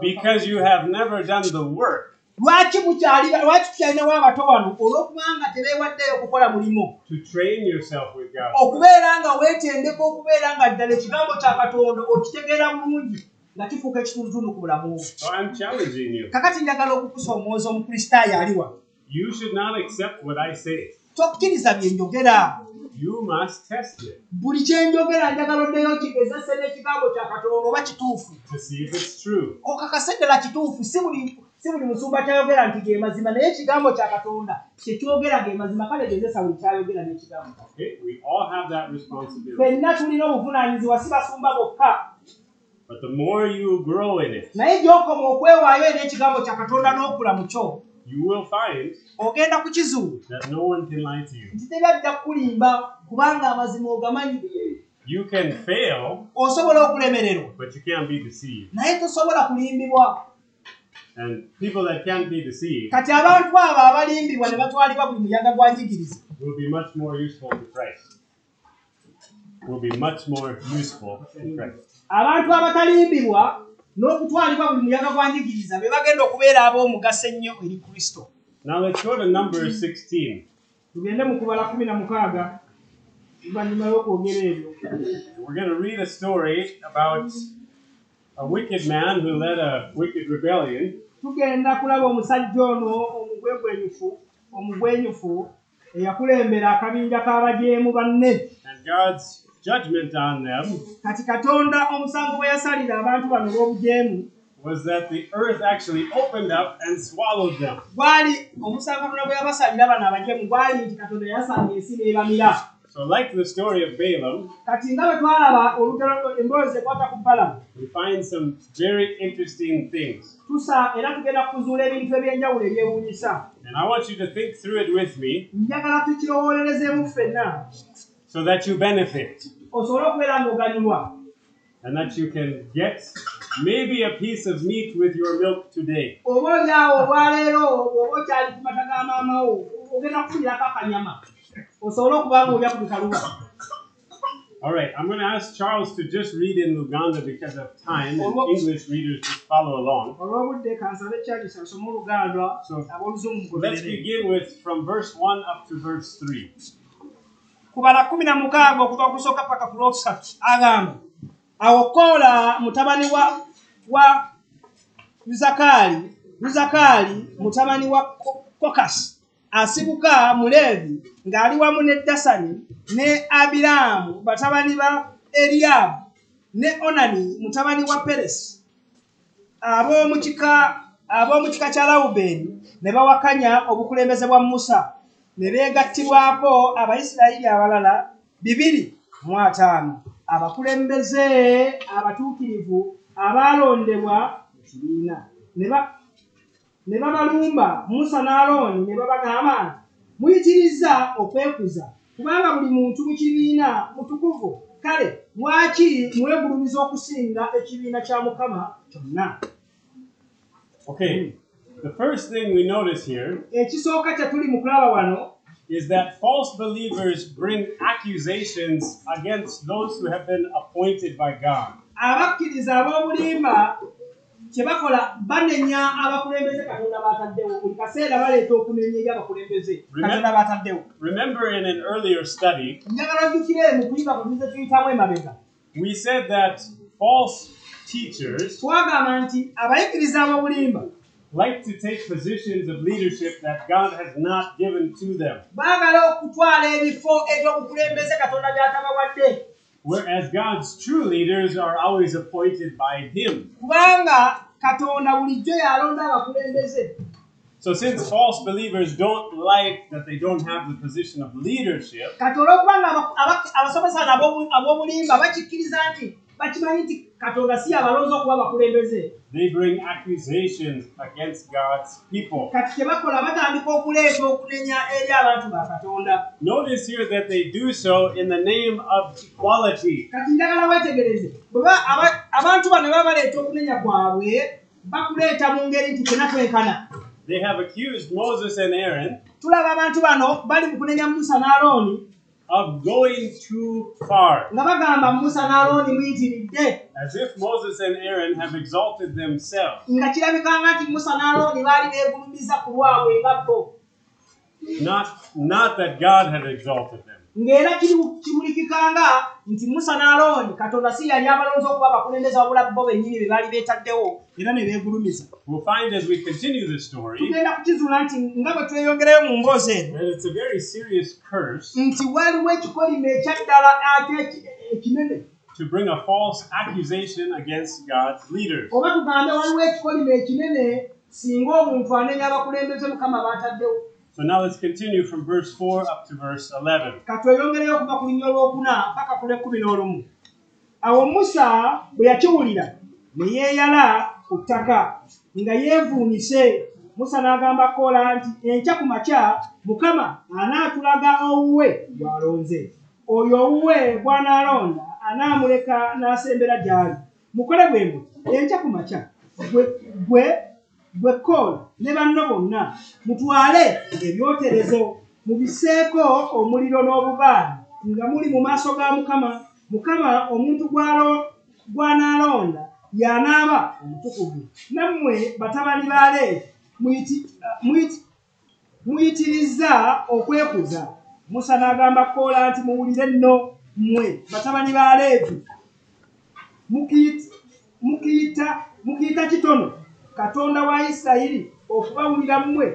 Because you have never done the work
lwaki mukyali lwaki tukyalinawo abato wano olw'okubanga tebeewaddeyo okukola mulimu
to train yourself with God.
okubeera nga weetendeka okubeera nga ddala ekigambo kya katonda okitegeera bulungi nga kifuuka ekitundutundu ku bulamu bwo.
So I'm challenging you.
kakati njagala okukusoomooza omukristaayo ali wano
You should not accept what I say.
tokkiriza bye njogera
You must test it
buli kye njogera njagala oddeyo kigezese n'ekigambo kya katonda oba kituufu
to see if it's true.
okakase ddala kituufu si buli si buli musumba kyayogera nti ge mazima naye ekigambo kya katonda kye kyogera ge mazima kale gezesa buli kyayogera n'ekigambo
Okay? We all have that responsibility.
fenna tulina obuvunaanyizibwa si basumba bokka
But the more you grow in it,
naye gy'okoma okwewaayo eri ekigambo kya katonda n'okula mu kyo
you will find
ogenda kukizuula
that no one can lie to you.
nti tera ajja kukulimba kubanga amazima ogamanyi
You can fail,
osobola okulemererwa
but you can't be deceived.
naye tosobola kulimbibwa
And people that can't be deceived
kati abantu abo abalimbibwa ne batwalibwa buli muyaga gwa njigiriza
will be much more useful to Christ. Will be much more useful to Christ.
abantu abatalimbibwa n'okutwalibwa buli muyaga gwa njigiriza be bagenda okubeera ab'omugaso ennyo eri kristo
Now let's go to Numbers 16.
tugende mu kubala kumi na mukaaga oluvannyuma lw'okwogera ebyo
We're going to read a story about a wicked man who led a wicked rebellion.
tugenda kulaba omusajja ono omugwegwenyufu omugwenyufu eyakulembera akabinja k'abajeemu banne
and God's judgment on them
kati katonda omusango bwe yasalira abantu bano olw'obujeemu
was that the earth actually opened up and swallowed them.
gwali omusango guno gwe yabasalira bano abajeemu gwali nti katonda yasanga ensi n'ebamira
So, like the story of Balaam,
kati nga bwe twalaba olugero emboozi ekwata ku balamu
we find some very interesting things.
tusa era tugenda kuzuula ebintu eby'enjawulo ebyewuunyisa
And I want you to think through it with me
njagala tukirowoolerezeemu ffenna
so that you benefit
osobole okubeera ng'oganyulwa
and that you can get maybe a piece of meat with your milk today.
oba olyawo olwaleero oba okyali ku mata ga maamawo ogenda kufunirako akanyama osobole okuba ng'olya ku bikaluba
All right, I'm going to ask Charles to just read in Luganda because of time and
Well, what-
English readers just follow along.
olw'obudde kansabe kyagisa asome oluganda
So-
ab'oluzungu
Let's
mugoberere
begin with from verse 1 up to verse 3.
kubala kumi na mukaaga okuva ku kusooka paka ku lwokusatu agamba awo koola mutabani wa wa yuzakaali yuzakaali mutabani wa Ko- kokasi asibuka muleevi ng'ali wamu ne dasani ne abiraamu batabani ba eriyaabu ne onani mutabani wa peresi ab'omu kika ab'omu kika kya lawubeeni ne bawakanya obukulembeze bwa musa ne beegattibwako abaisirayiri abalala bibiri mu ataano abakulembeze abatuukirivu abaalondebwa mu kibiina ne ba- ne babalumba musa n'alooni ne babagamba nti muyitiriza okwekuza kubanga buli muntu mu kibiina mutukuvu kale lwaki mwegulumiza okusinga ekibiina kya mukama kyonna
Okay, the first thing we notice here
ekisooka kye tuli mu kulaba wano
is that false believers bring accusations against those who have been appointed by God.
abakkiriza ab'obulimba kye bakola banenya abakulembeze katonda bataddewo buli kaseera baleeta okunenya eri abakulembeze katonda bataddewo
Remember in an earlier study,
njagala ojjukire mu kuyiga kutuze tuyitamu emabega
we said that false teachers
twagamba nti abayigiriza ab'obulimba
like to take positions of leadership that God has not given to them,
baagala okutwala ebifo eby'obukulembeze katonda byatabawadde
whereas God's true leaders are always appointed by Him.
kubanga katonda bulijjo yalonda abakulembeze
So, since false believers don't like that they don't have the position of leadership,
kati olwokubanga aba- aba- abasomesa ab'obu- ab'obulimba bakikkiriza nti bakimanyi nti katonda si yabalonze okuba abakulembeze
they bring accusations against God's people.
kati kye bakola batandika okuleeta okunenya eri abantu ba katonda
Notice here that they do so in the name of equality.
kati ndagala wetegereze bwe ba- aba- abantu bano baba baleeta okunenya kwabwe bakuleeta mu ngeri nti fena twenkana
They have accused Moses and Aaron
tulaba abantu bano bali mu kunenya musa n'alooni
of going too far,
nga bagamba musa n'alooni muyitiridde
as if Moses and Aaron have exalted themselves.
nga kirabikanga nti musa n'alooni baali beegulumiza ku lwabwe nga bo
Not, not that God had exalted them.
ng'era kiri- kibulikikanga nti musa n'alooni katonda si yali abalonzi okuba abakulembeze wabula bo bennyini be baali beetaddewo era ne beegulumiza
We'll find as we continue the story
tugenda kukizuula nti nga bwe tweyongerayo mu mboozi eno
that it's a very serious curse
nti waliwo ekikolimo ekyaddala ate eki- ekinene
to bring a false accusation against God's leaders.
oba tugambe waliwo ekikolimo ekinene singa omuntu anenya abakulembeze mukama baataddewo
So now let's continue from verse 4 up to verse 11.
katweyongereyo okuva ku linnya olwokuna paka ku lwekumi n'olumu awo musa bwe yakiwulira ne yeeyala ku ttaka nga yeevuunise musa n'agamba koola nti enkya ku makya mukama anaatulaga owuwe gw'alonze oyo owuwe gw'anaalonda anaamuleka n'asembera gy'ali mukole bwe muti enkya ku makya gwe- gwe gwe koola ne banno bonna mutwale ebyoterezo mubiseeko omuliro n'obubaane nga muli mu maaso ga mukama mukama omuntu gw'alo- gw'anaalonda y'anaaba omutukuvu nammwe batabani ba leevi muyiti- muyiti- muyitiriza okwekuza musa n'agamba koola nti muwulire nno mmwe batabani ba leevi mukiyita- mukiyita mukiyita kitono katonda wa isirayiri okubawulira mmwe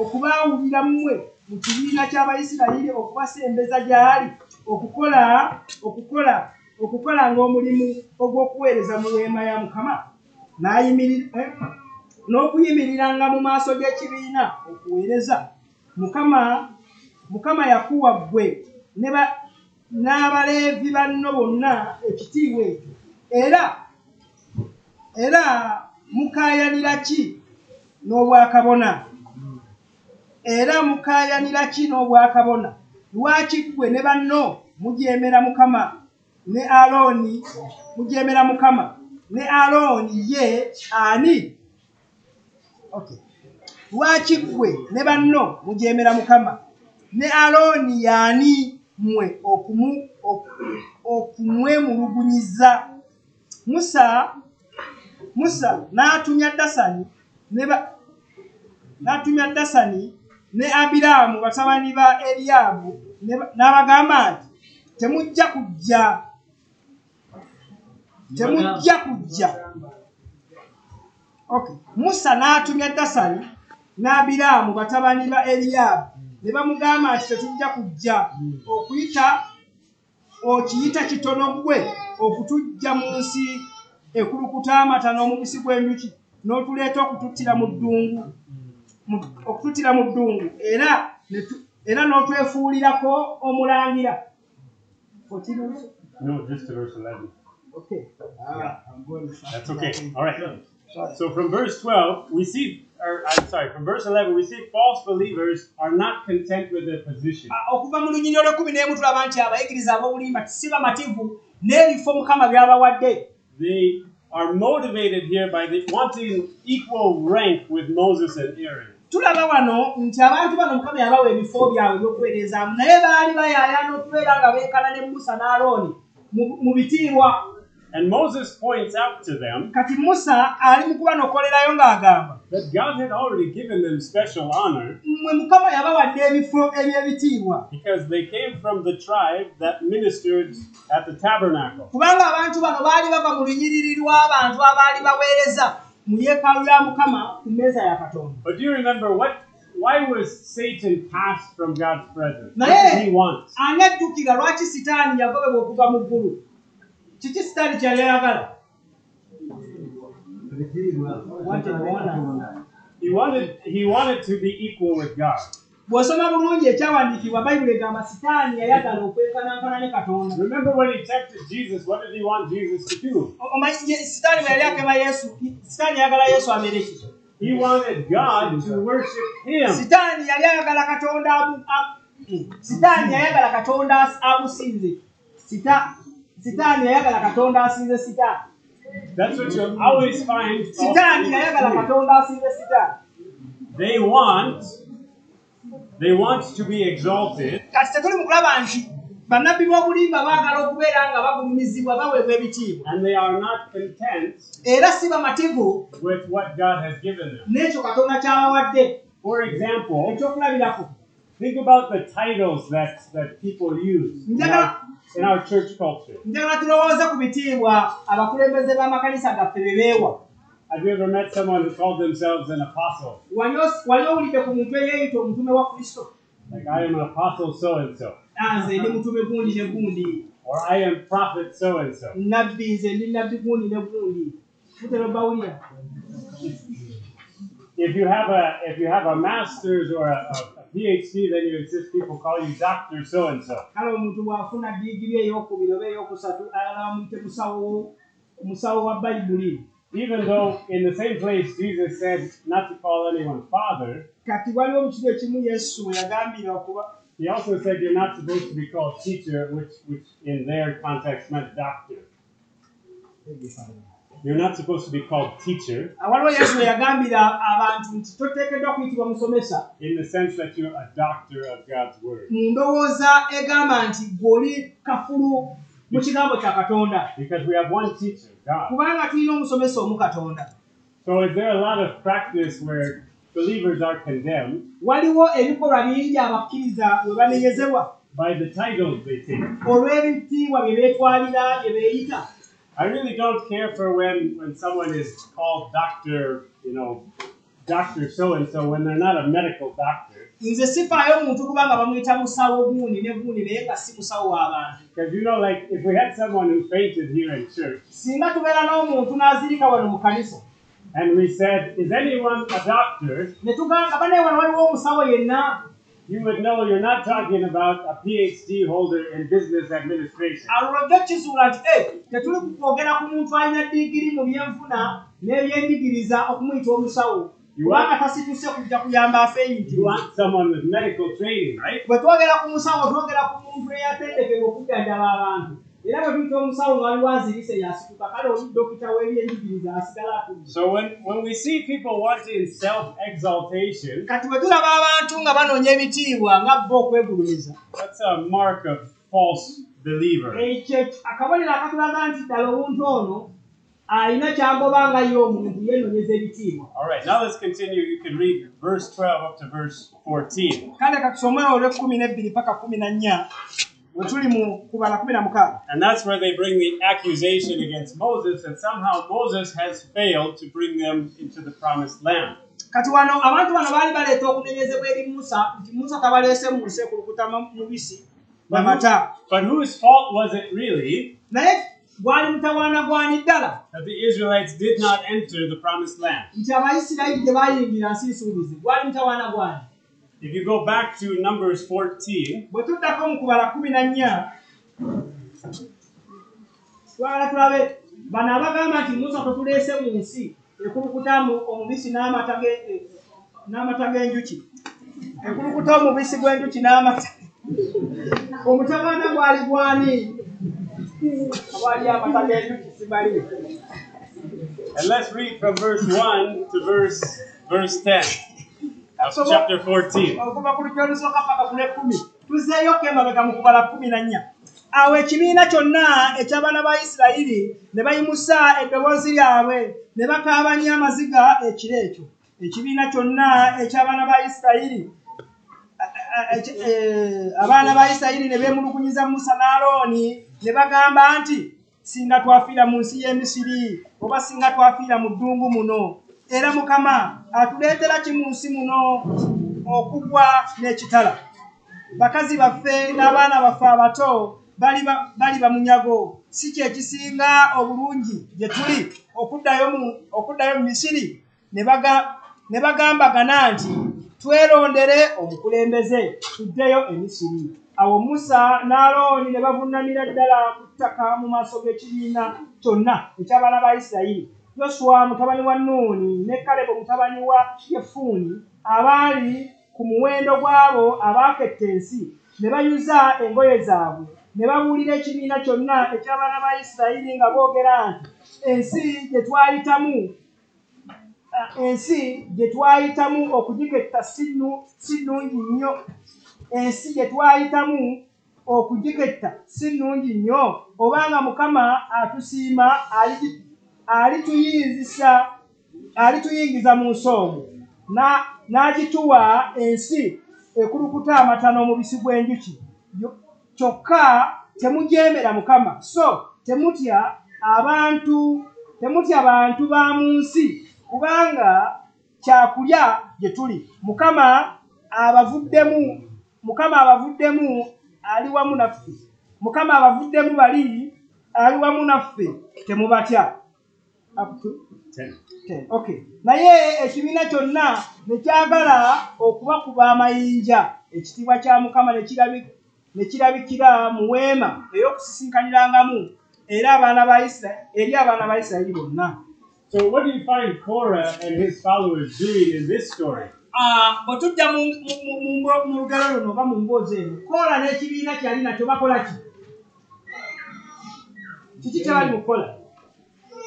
okubaawulira mmwe mu kibiina ky'abaisirayiri okubasembeza gy'ali okukola okukola okukola ng'omulimu ogw'okuweereza mu weema ya mukama n'ayimirira eh, n'okuyimiriranga mu maaso g'ekibiina okuweereza mukama mukama yakuwa ggwe ne ba- n'abaleevi banno bonna ekitiibwa ekyo era era mukaayanira ki n'obwakabona era mukaayanira ki n'obwakabona lwaki ggwe ne banno mujeemera mukama ne alooni mujeemera mukama ne alooni ye ani okay. lwaki ggwe ne banno mujeemera mukama ne alooni y'ani mmwe okumu- oku- okumwemulugunyiza musa musa n'atumya dasani ne ba- n'atumya dasani ne abiraamu batabani ba eriyaabu ne ba- n'abagamba nti temujja kujja temujja kujja okay. musa n'atumya dasani n'abiraamu batabani ba eriyaabu ne bamugamba nti tetujja kujja okuyita okiyita kitono ggwe okutujja mu nsi ekulukuta amata n'omubisi gw'enjuki n'otuleeta okututtira mu ddungu mu- okututtira mu ddungu era ne tu- era n'otwefuulirako omulangira Continue.
No, just to verse 11.
Okay. Ah, I'm going to stop.
That's okay. All right.
Sorry.
So from verse 12, we see, or I'm sorry, from verse 11, we see false believers are not content with their position.
Ah, okuva mu lunyiriri olwekumi n'emu tulaba nti abayigiriza ab'obulimba si bamativu n'ebifo mukama by'abawadde
They are motivated here by the wanting equal rank with Moses and Aaron.
tulaba wano nti abantu bano mukama yabawa ebifo byabwe ebyokuweerezaamu naye baali bayaayaana okubeera nga beekala ne musa n'alooni mu- mu bitiibwa
And Moses points out to them
kati musa ali mu kuba n'okolerayo ng'agamba
that God had already given them special honor
mmwe mukama yabawadde ebifo eby'ebitiibwa
because they came from the tribe that ministered at the tabernacle.
kubanga abantu bano baali bava mu lunyiriri lw'abantu abaali baweereza mu yeekaalu ya mukama ku mmeeza ya katonda
But do you remember what? Why was Satan cast from God's presence? What did
Man.
he want?
ani ajjukira lwaki sitaani yagobebwa okuva mu ggulu kiki sitaani kyali ayagala
He wanted he wanted to be equal with God.
bw'osoma bulungi ekyawandiikibwa bayibuli egamba sitaani yayagala okwenkanankana ne katonda
Remember when he tempted Jesus, what did he want Jesus to do?
O- omanyi ye- sitaani bwe yali akema yesu sitaani yayagala yesu abeere ki
He wanted God to worship him.
sitaani yali ayagala katonda amu- a- sitaani yayagala katonda as- amusinze sita sitaani yayagala katonda asinze sitaani
That's what you'll always find. false
sitaani yayagala
believers do.
katonda asinze sitaani
They want they want to be exalted,
kati tetuli mu kulaba nti bannabbi b'obulimba baagala okubeera nga bagulumizibwa baweebwa ebitiibwa
and they are not content
era si bamativu
with what God has given them.
n'ekyo katonda kyabawadde
For example,
ekyokulabirako
think about the titles that, that people use in our, in our church culture.
njagala tulowooze ku bitiibwa abakulembeze b'amakanisa gaffe bye beewa
Have you ever met someone who called themselves an apostle?
Wali os- wali owulidde ku muntu eyeeyita omutume wa kristo
Like, I am an apostle so and so,
Ah, nze ndi mutume gundi ne gundi
or I am prophet so and so.
nabbi nze ndi nabbi gundi ne gundi mutera obbawulira
if you have a if you have a master's or a, a, a PhD, then you insist people call you Doctor So and So.
kale omuntu bw'afuna digiri ey'okubiri oba ey'okusatu ayagala bamuyite musawo- musawo wa bayibuli
Even though in the same place Jesus said not to call anyone father,
kati waliwo mu kiro ekimu yesu we yagambira okuba
he also said you're not supposed to be called teacher, which which in their context meant doctor. You're not supposed to be called teacher
waliwo yesu we yagambira abantu nti toteekeddwa kuyitibwa musomesa
in the sense that you're a doctor of God's word.
mu ndowooza egamba nti gweoli kafulu mu kigambo kya katonda
Because we have one teacher, God.
kubanga tulina omusomesa omu katonda
So is there a lot of practice where believers are condemned
waliwo ebikolwa bingi abakkiriza we banenyezebwa
by the titles they take?
olw'ebitiibwa bye beetwalira bye beeyita
I really don't care for when, when someone is called doctor, you know, doctor so and so when they're not a medical doctor.
nze sifaayo omuntu kuba nga bamuyita musawo gundi ne gundi naye nga si musawo w'abantu
Because you know, like if we had someone who fainted here in church
singa tubeera n'omuntu n'azirika wano mu kanisa
and we said, Is anyone a doctor?
ne tugamba banaye wano waliwo omusawo yenna
you would know you're not talking about a PhD holder in business administration.
alulojja kizuula nti "Eh, tetuli kukwogera ku muntu alina digiri mu byenfuna n'ebyenjigiriza okumuyita omusawo kubanga tasituse kujja kuyamba
You
afeeyintirwa
want someone with medical training, right?
bwe twogera ku musawo twogera ku muntu eyatendekebwa okujjanjaba abantu era bwe tuyita omusawo nga waliwo azirise yasituka kale oli dokita w'ebyenjigiriza asigala atuli
So when, when we see people wanting self exaltation,
kati bwe tulaba abantu nga banoonya ebitiibwa nga bba okwegulumiza
that's a mark of false believer.
ekyo akabonero akatulaga nti ddala omuntu ono alina kyagoba nga ye omuntu yeenonyeza ebitiibwa
All right, now let's continue. You can read verse 12 up to verse 14.
kale katusome olw'ekkumi n'ebbiri paka kumi na nnya we tuli mu kubala kumi na mukaaga
And that's where they bring the accusation against Moses, and somehow Moses has failed to bring them into the promised land.
kati wano abantu bano baali baleeta okunenyezebwa eri musa nti musa tabaleese mu nsi ekulukutama mubisi bamata
But whose fault was it really
naye gwali mutawaana gwani ddala
that the Israelites did not enter the promised land?
nti abaisirayiri gye baayingira nsi nsuubizi gwali mutawaana gwani
If you go back to Numbers 14,
bwe tuddako mu kubala kumi na nnya twala tulabe bano abagamba nti musa tetuleese mu nsi ekulukutamu omubisi n'amata ge- e- n'amata g'enjuki ekulukuta omubisi gw'enjuki n'amata omutabana gwali gwani wali amata g'enjuki simaliwe
and let's read from verse 1 to verse verse 10 of
So what-
chapter 14.
okuva ku lukya olusooka paka ku lwekumi tuzeeyo kemabega mu kubala kumi na nnya awo ekibiina kyonna eky'abaana ba isirayiri ne bayimusa eddoboozi lyabwe ne bakaaba nnyo amaziga ekiro ekyo ekibiina kyonna eky'abaana ba isirayiri eh, eh, abaana ba isirayiri ne beemulugunyiza musa ne alooni ne bagamba nti singa twafiira mu nsi y'e misiri oba singa twafiira mu ddungu muno era mukama atuleetera ki mu nsi muno okugwa n'ekitala bakazi baffe n'abaana baffe abato bali ba- bali bamunyago si kyekisinga obulungi gye tuli okuddayo mu- okuddayo mu misiri ne baga- ne bagambagana nti twerondere omukulembeze tuddeyo e misiri awo musa n'alooni ne bavunnamira ddala ku ttaka mu maaso g'ekibiina kyonna eky'abaana ba isirayiri yoswa mutabani wa nuuni ne kalebo mutabani wa yefuuni abaali ku muwendo gw'abo abaaketta ensi ne bayuza engoye zaabwe ne babuulira ekibiina kyonna eky'abaana ba isirayiri nga boogera nti ensi gye twayitamu ah, ensi gye twayitamu okugiketta si nnu- si nnungi nnyo ensi gye twayitamu okugiketta si nnungi nnyo obanga mukama atusiima aligi- alituyinzisa alituyingiza mu nsi omwo na- n'agituwa ensi ekulukuta amata n'omubisi gw'enjuki Yo- kyokka temujeemera mukama so temutya abantu temutya bantu ba mu nsi kubanga kyakulya gye tuli mukama abavuddemu mukama abavuddemu ali wamu naffe mukama abavuddemu bali ali wamu naffe temubatya Up to-
10.
Okay, okay. naye ekibiina kyonna ne kyagala okubakuba amayinja ekitiibwa kya mukama ne kirabi- ne kirabikira mu weema ey'okusisinkanyirangamu era abaana ba Isira- eri abaana ba isirayiri bonna
So what do you find Korah and his followers doing in this story?
Ah, bwe tujja mu- mu- mu- mu mbo- mu lugero luno oba mu mboozi eno kola n'ekibiina kyali nakyo bakola ki kiki kyebali mu kukola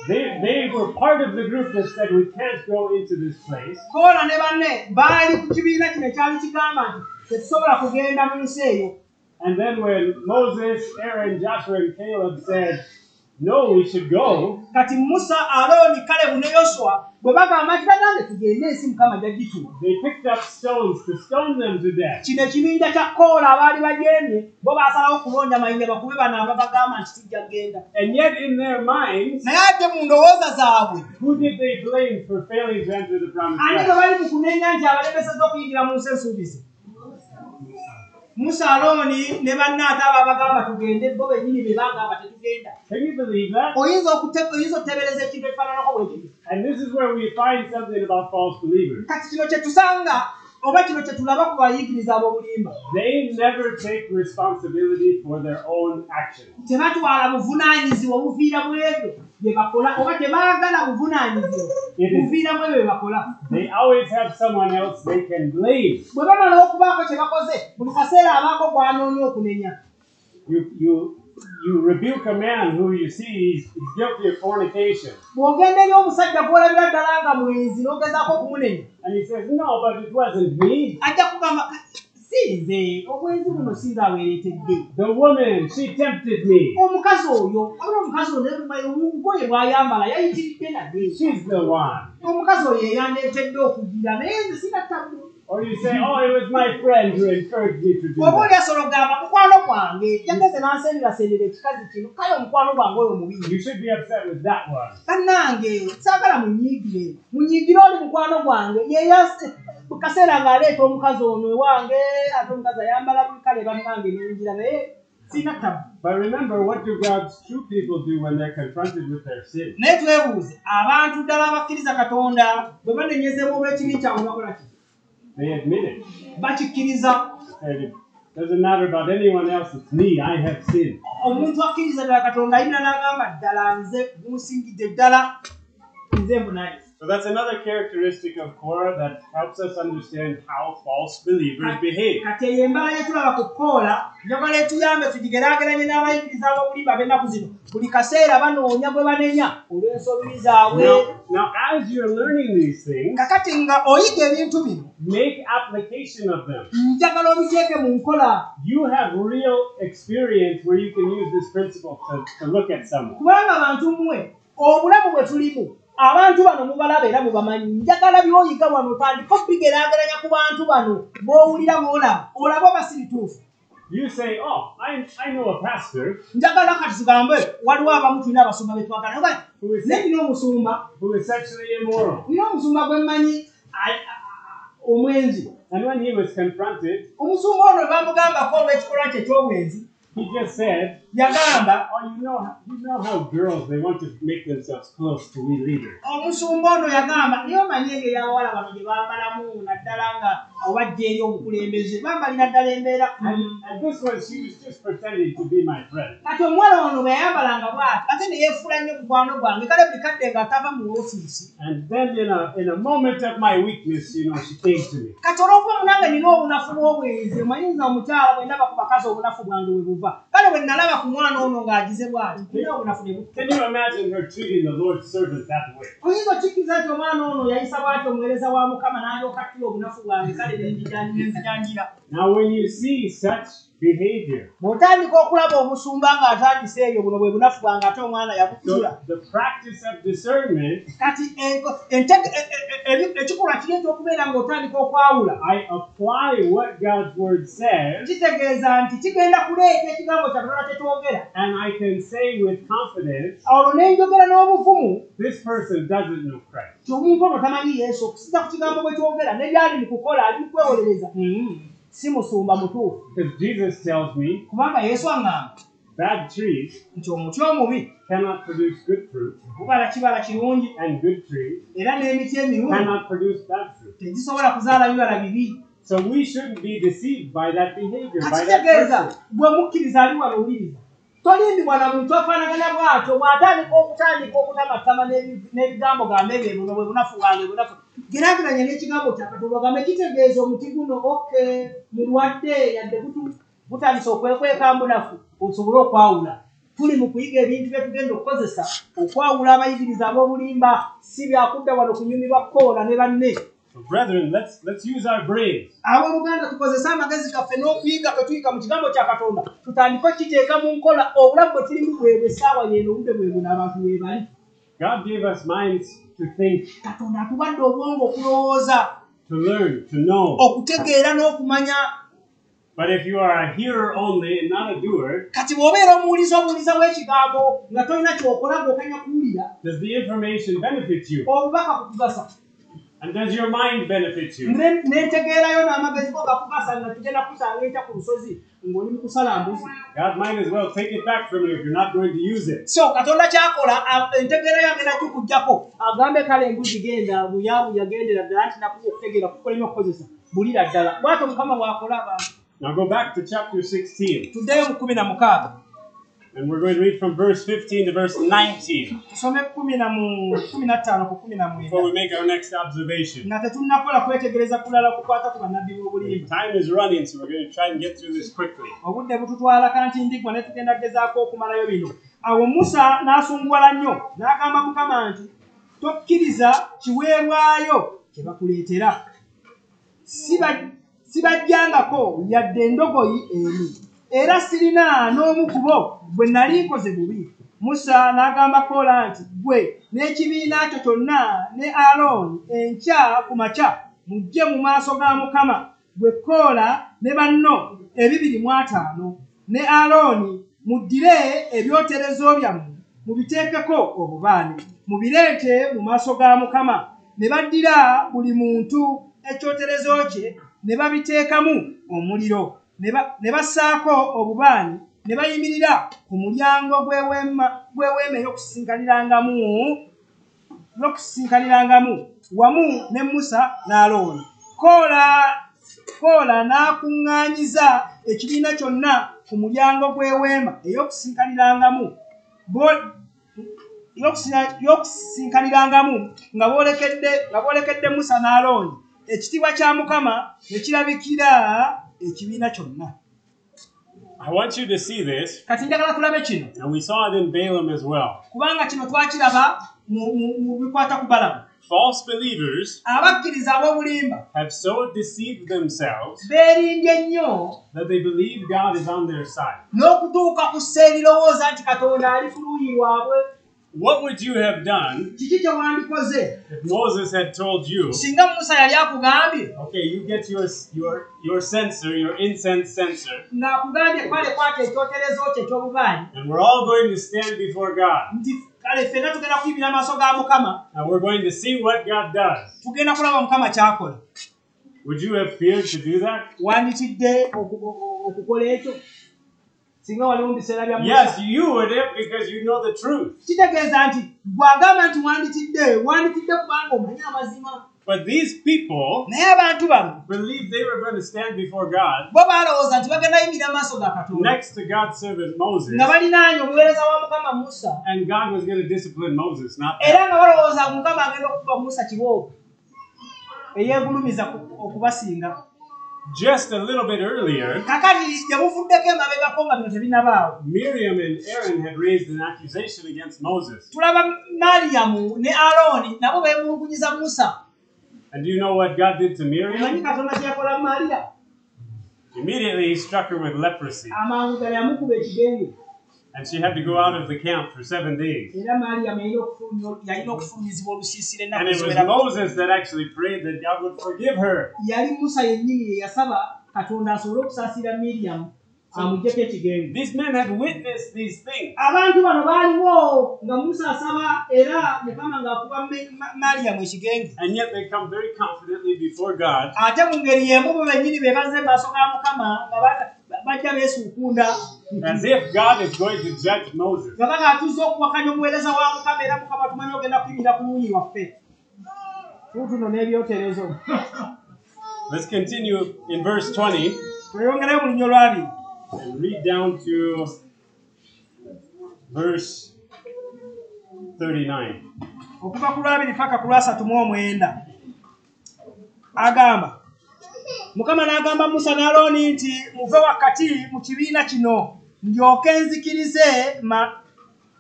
They, they were part of the group that said we can't go into this place.
kola ne banne baali ku kibiina kino ekyali kigamba nti tetusobola kugenda mu nsi eyo
And then when Moses, Aaron, Joshua, and Caleb said, No, we should go,
kati musa alooni kalebu ne yoswa bwe bagamba nti bagambe tugende ensi mukama jagituwa
they picked up stones to stone them to death.
kino ekibinja kya koola abaali bajeemye bo baasalawo okulonda mayinja bakube bano ababagamba nti tujja kgenda
And yet, in their minds,
naye ate mu ndowooza zaabwe
who did they blame for failing to enter the promised
ani bwe
land?
bali mu kunenya nti abalemesezza okuyingira mu nsi ensuubizi musa alooni ne bannaate abo abagamba tugende bo bennyini be bagamba tetugenda
Can you believe that?
oyinza okute- oyinza otebereza ekintu ekifaananako bwekiri
And this is where we find something about false believers.
kati kino kye tusanga oba kino kye tulaba ku bayigiriza ab'obulimba
They never take responsibility for their own actions.
tebatwala buvunaanyizibwa obuviira mu ebyo bye bakola oba tebaagala buvunaanyizibwa
It is-
buviiramu ebyo bye bakola
They always have someone else they can blame.
bwe bamala okubaako kye bakoze buli kaseera abaako gwanoonya okunenya
You you you rebuke a man who you see he's, he's guilty of fornication,
bw'ogenda eri omusajja gwolabira ddala nga mwenzi n'ogezaako okumunenya
and he says, "No, but it wasn't me.
ajja kugamba sinze obwenzi buno sinze aweeretedde
The woman she tempted me.
omukazi oyo wabula omukazi oyo omugoye bw'ayambala yayitiridde nadde
She's the one."
omukazi oyo eyandeetedde okugira naye nze sinatabbu
Or you say, "Oh, it was my friend who encouraged me to do
oba oli
that."
asobola okugamba mukwano gwange yageze nanseereraseerera ekikazi kino kale omukwano gwange oyo mubi
You should be upset with that one.
bannange saagala munyiigire munyiigire oli mukwano gwange yeyase mu kaseera ng'aleeta omukazi ono ewange ate omukazi ayambala buli kale bannange nenjira naye sirina tabu
But remember, what do God's true people do when they're confronted with their sin?
naye twebuuze abantu ddala abakkiriza katonda bwe banenyezebwa olw'ekibi kyabwe bakola ki
They admit it.
bakikkiriza
Said it doesn't matter about anyone else, it's me, I have sinned.
omuntu akkiriza ddala katonda alina n'agamba ddala nze gunsingidde ddala nze mbunaye
So that's another characteristic of Korah that helps us understand how false believers behave.
kati eyo embala yetulaba ku koola njagala etuyambe tugigeraageranye n'abayigiriza ab'obuli bab'ennaku zino buli kaseera banoonya gwe banenya olw'ensobi zaabwe
Now, now, as you're learning these things,
kakati nga oyiga ebintu bino
make application of them.
njagala obiteeke mu nkola
You have real experience where you can use this principle to, to look at someone.
kubanga bantu mmwe obulamu bwe tulimu abantu bano mubalaba era mubamanyi njagala byoyiga wano otandika obigeraageranya ku bantu bano b'owulira b'olaba olabe oba si bituufu
You say, Oh, I, I know a pastor
njagala kati tugambe waliwo abamu tulina abasumba betwagala Naye nga-
who is,
naye nina omusumba
who is sexually immoral.
nina omusumba gwe mmanyi a- a- a- omwenzi
And when he was confronted,
omusumba ono lwe bamugambako olw'ekikolwa kye ekyobwenzi
he just said,
yagamba
Oh, you know, you know how girls, they want to make themselves close to we leaders.
omusumba ono yagamba naye omanyi engeri abawala bano gye bambalamu naddala nga obajja eri obukulembeze bambalira ddala embeera mm.
And, and this one, she was just pretending to be my friend.
kati omuwala ono bwe yayambalanga bwati ate ne yeefuula nnyo mukwano gwange kale buli kadde nga atava mu ofiisi
And then in a, in a moment of my weakness, you know, she came to me.
kati olwokuba munange nina obunafu n'obwenzi omanyi nza omukyala bwe ndaba ku bakazi obunafu bwange bwe buva kale bwe nalaba ku mwana ono ng'agize bwati nina obunafu ne bufa
Can you imagine her treating the Lord's servant that way?
oyinza okkiriza nti omwana ono yayisa bwati omuweereza wa mukama n'alyoka kkira obunafu bwange kale nenzijanjira
Now, when you see such behavior,
bw'otandika okulaba omusumba ng'atandise ebyo buno bwe bunafu bwange ate omwana yabukula
so the practice of discernment,
kati enko- ente- e- e- e- ebi- ekikolwa kireeta okubeera ng'otandika okwawula
I apply what God's word says,
kitegeeza nti kigenda kuleeta ekigambo kyatona tetwogera
and I can say with confidence,
olwo nenjogera n'obuvumu
this person doesn't know Christ.
ti omuntu ono tamanyi yesu okusinza ku kigambo bwe twogera ne byali mu kukola ali mu kwewolereza si musumba mutuufu
Because Jesus tells me
kubanga yesu aŋŋamba
bad trees
nti omuti omubi
cannot produce good fruit,
gubala kibala kirungi
and good trees
era n'emiti emirungi
cannot produce bad fruit.
tegisobola kuzaala bibala bibi
So we shouldn't be deceived by that behavior, by that
kakitegeeza
person.
bwe mukkiriza ali wano owuliriza tolindibwa na muntu afaanagana bwatyo bw'atandika okutandika okutamattama n'ebi- n'ebigambo gambe bye buno bwe bunafu bwange bunafu geraageranya n'ekigambo kyakatonda ogambe kitegeeza omuti guno oke mulwadde yadde gutu gutandisa okwekweka mbunafu osobole okwawula tuli mu kuyiga ebintu bye tugenda okukozesa okwawula abayigiriza ab'obulimba si byakudda wano kunyumirwa koola ne banne
So brethren, let's let's use our brains.
abooluganda tukozese amagezi gaffe n'okuyiga kwe tuyiga mu kigambo kya katonda tutandike okiteeka mu nkola obulamu bwe tulimu bwebwe essaawa yeeno obudde bwebwe abantu weebali
God gave us minds to think,
katonda atuwadde obwongo okulowooza
to learn, to know.
okutegeera n'okumanya
But if you are a hearer only and not a doer,
kati bw'obeera omuwuliza obuwuliza w'ekigambo nga tolina kyokola ng'okanya kuwulira
does the information benefit you?
obubaka kukugasa
And does your mind benefit you?
Ne- n'entegeerayo n'amagezi go gakugasa nga tugenda kusanga enkya ku lusozi ng'oli mu kusala mbuzi
God might as well take it back from you if you're not going to use it.
so katonda kyakola a- entegeera yange nakikugjako agambe kale embuzi genda buyabu yagendera ddala nti nakuba okutegeera kukolemu okukozesa bulira ddala bwatyo mukama bwakola abantu
Now go back to chapter 16,
tuddeyo mu kumi na mukaaga
and we're going to read from verse 15 to verse 19
tusome kumi na mu kumi na ttaano ku kumi na
before we
mwenda
make our next observation.
nga tetunnakola kwetegereza kulala kukwata ku bannabbi b'obulimba
Time is running, so we're going to try and get through this quickly.
obudde bututwala kantindigwa ne tugenda gezaako okumalayo bino awo musa n'asunguwala nnyo n'agamba mukama nti tokkiriza kiweebwayo kye bakuleetera Siba- sibajjangako yadde endogoyi emu era sirina n'omukubo gwe nali nkoze bubi musa n'agamba koola nti gwe n'ekibiina kyo kyonna ne alooni enkya ku makya mujje mu maaso ga mukama gwe koola ne banno ebibiri mu ataano ne alooni muddire ebyoterezo byammwe mubiteekeko obubaane mubireete mu maaso ga mukama ne baddira buli muntu ekyoterezo kye ne babiteekamu omuliro ne ba- ne bassaako obubaane ne bayimirira ku mulyango gw'eweema gw'eweema ey'okusinkanirangamu n'okusinkanirangamu wamu ne musa n'alooni koola koola n'akuŋŋaanyiza ekibiina kyonna ku mulyango gw'eweema ey'okusinkanirangamu Bo- y'okusi- y'okusinkanirangamu nga boolekedde nga boolekedde musa n'alooni ekitiibwa kya mukama ne kirabikira ekibiina kyonna
I want you to see this,
kati njagala tulabe kino
and we saw it in Balaam as well.
kubanga kino twakiraba mu- mu mu bikwata ku balamu
False believers
abakkiriza ab'obulimba
have so deceived themselves
beerimbye nnyo
that they believe God is on their side.
n'okutuuka ku ssa erirowooza nti katonda ali ku luuyi lwabwe
What would you have done
kiki kye wandikoze
if Moses had told you,
singa musa yali akugambye
okay, you get your your your censer, your incense censer,
ng'akugambye kale kwata ekyoterezo kye eky'obubaanyi
and we're all going to stand before God,
nti kale ffenna tugenda kuyimira amaaso ga mukama
and we're going to see what God does.
tugenda kulaba mukama ky'akola
Would you have feared to do that?
wanditidde oku- oku- okukola ekyo singa waliwo mu biseera bya musa
Yes, you would have because you know the truth.
kitegeeza nti bw'agamba nti wanditidde wanditidde kubanga omanyi amazima
But these people
naye abantu bano
believed they were going to stand before God
bo baalowooza nti bagenda yimirira amaaso ga katonda
next to God's servant Moses,
nga balinaanye omuweereza wa mukama musa
and God was going to discipline Moses, not them.
era nga balowooza nti mukama agenda okukuba musa kibooko eyeegulumiza ku- okubasinga
Just a little bit earlier,
kakati gyebuvuddeko emabegako nga bino tebinabaawo
Miriam and Aaron had raised an accusation against Moses.
tulaba mariyamu ne alooni nabo beemulugunyiza musa
And do you know what God did to
omanyi
Miriam?
katonda kyeyakola mariya
Immediately he struck her with leprosy,
amangu gala yamukuba ekigenge
and she had to go out of the camp for seven days.
era mariyamu yalina okufulumi- yalina okufulumizibwa olusiisira
And
ennaku
it was
eziwera
Moses that actually prayed that God would forgive her.
yali musa yennyini yeyasaba katonda asobole okusaasira miriyamu amugyeko ekigenge
These men had witnessed these things.
abantu bano baaliwo nga musa asaba era mukama ng'akuba Ma- Ma- mariyamu ekigenge
And yet they come very confidently before God
ate mu ngeri y'emu bo bennyini be baze mu maaso ga mukama nga ba- bajja beesuukunda
as if God is going to judge Moses.
nga bagaatuza okuwakanya omuweereza wa mukama era mukama tumanyi ogenda kuyimirira ku luuyi waffe tuutuno n'ebyoterezo
Let's continue in verse 20
tweyongerayo mu linnya olwabiri
and read down to verse 39.
okuva ku lwabiri paka ku lwasatu mu omwenda agamba mukama n'agamba musa ne alooni nti muve wakati mu kibiina kino ndyoke nzikirize ma-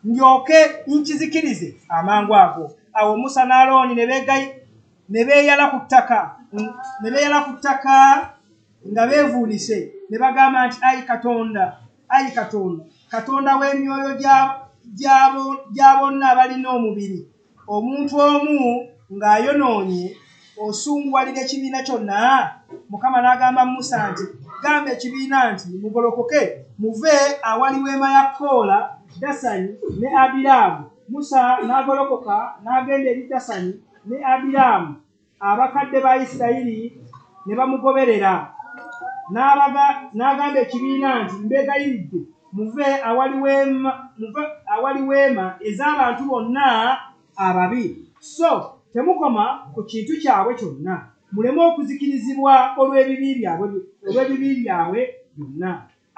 ndyoke nkizikirize amangu ago awo musa ne alooni ne beegayi- ne beeyala ku ttaka mm, ne beeyala ku ttaka nga beevuunise ne bagamba nti ayi katonda ayi katonda katonda w'emyoyo gya- gy'abo- gya bonna abalina omubiri omuntu omu ng'ayonoonye osunguwalira ekibiina kyonna mukama n'agamba musa nti gamba ekibiina nti mugolokoke muve awali weema ya koola dasani ne abiraamu musa n'agolokoka n'agenda eri dasani ne abiraamu abakadde ba isirayiri ne bamugoberera n'abaga- n'agamba ekibiina nti mbegayiridde muve awali weema muve awali weema ez'abantu bonna ababi so temukoma ku kintu kyabwe kyonna muleme okuzikirizibwa olw'ebibi byabwe olw'ebibi byabwe byonna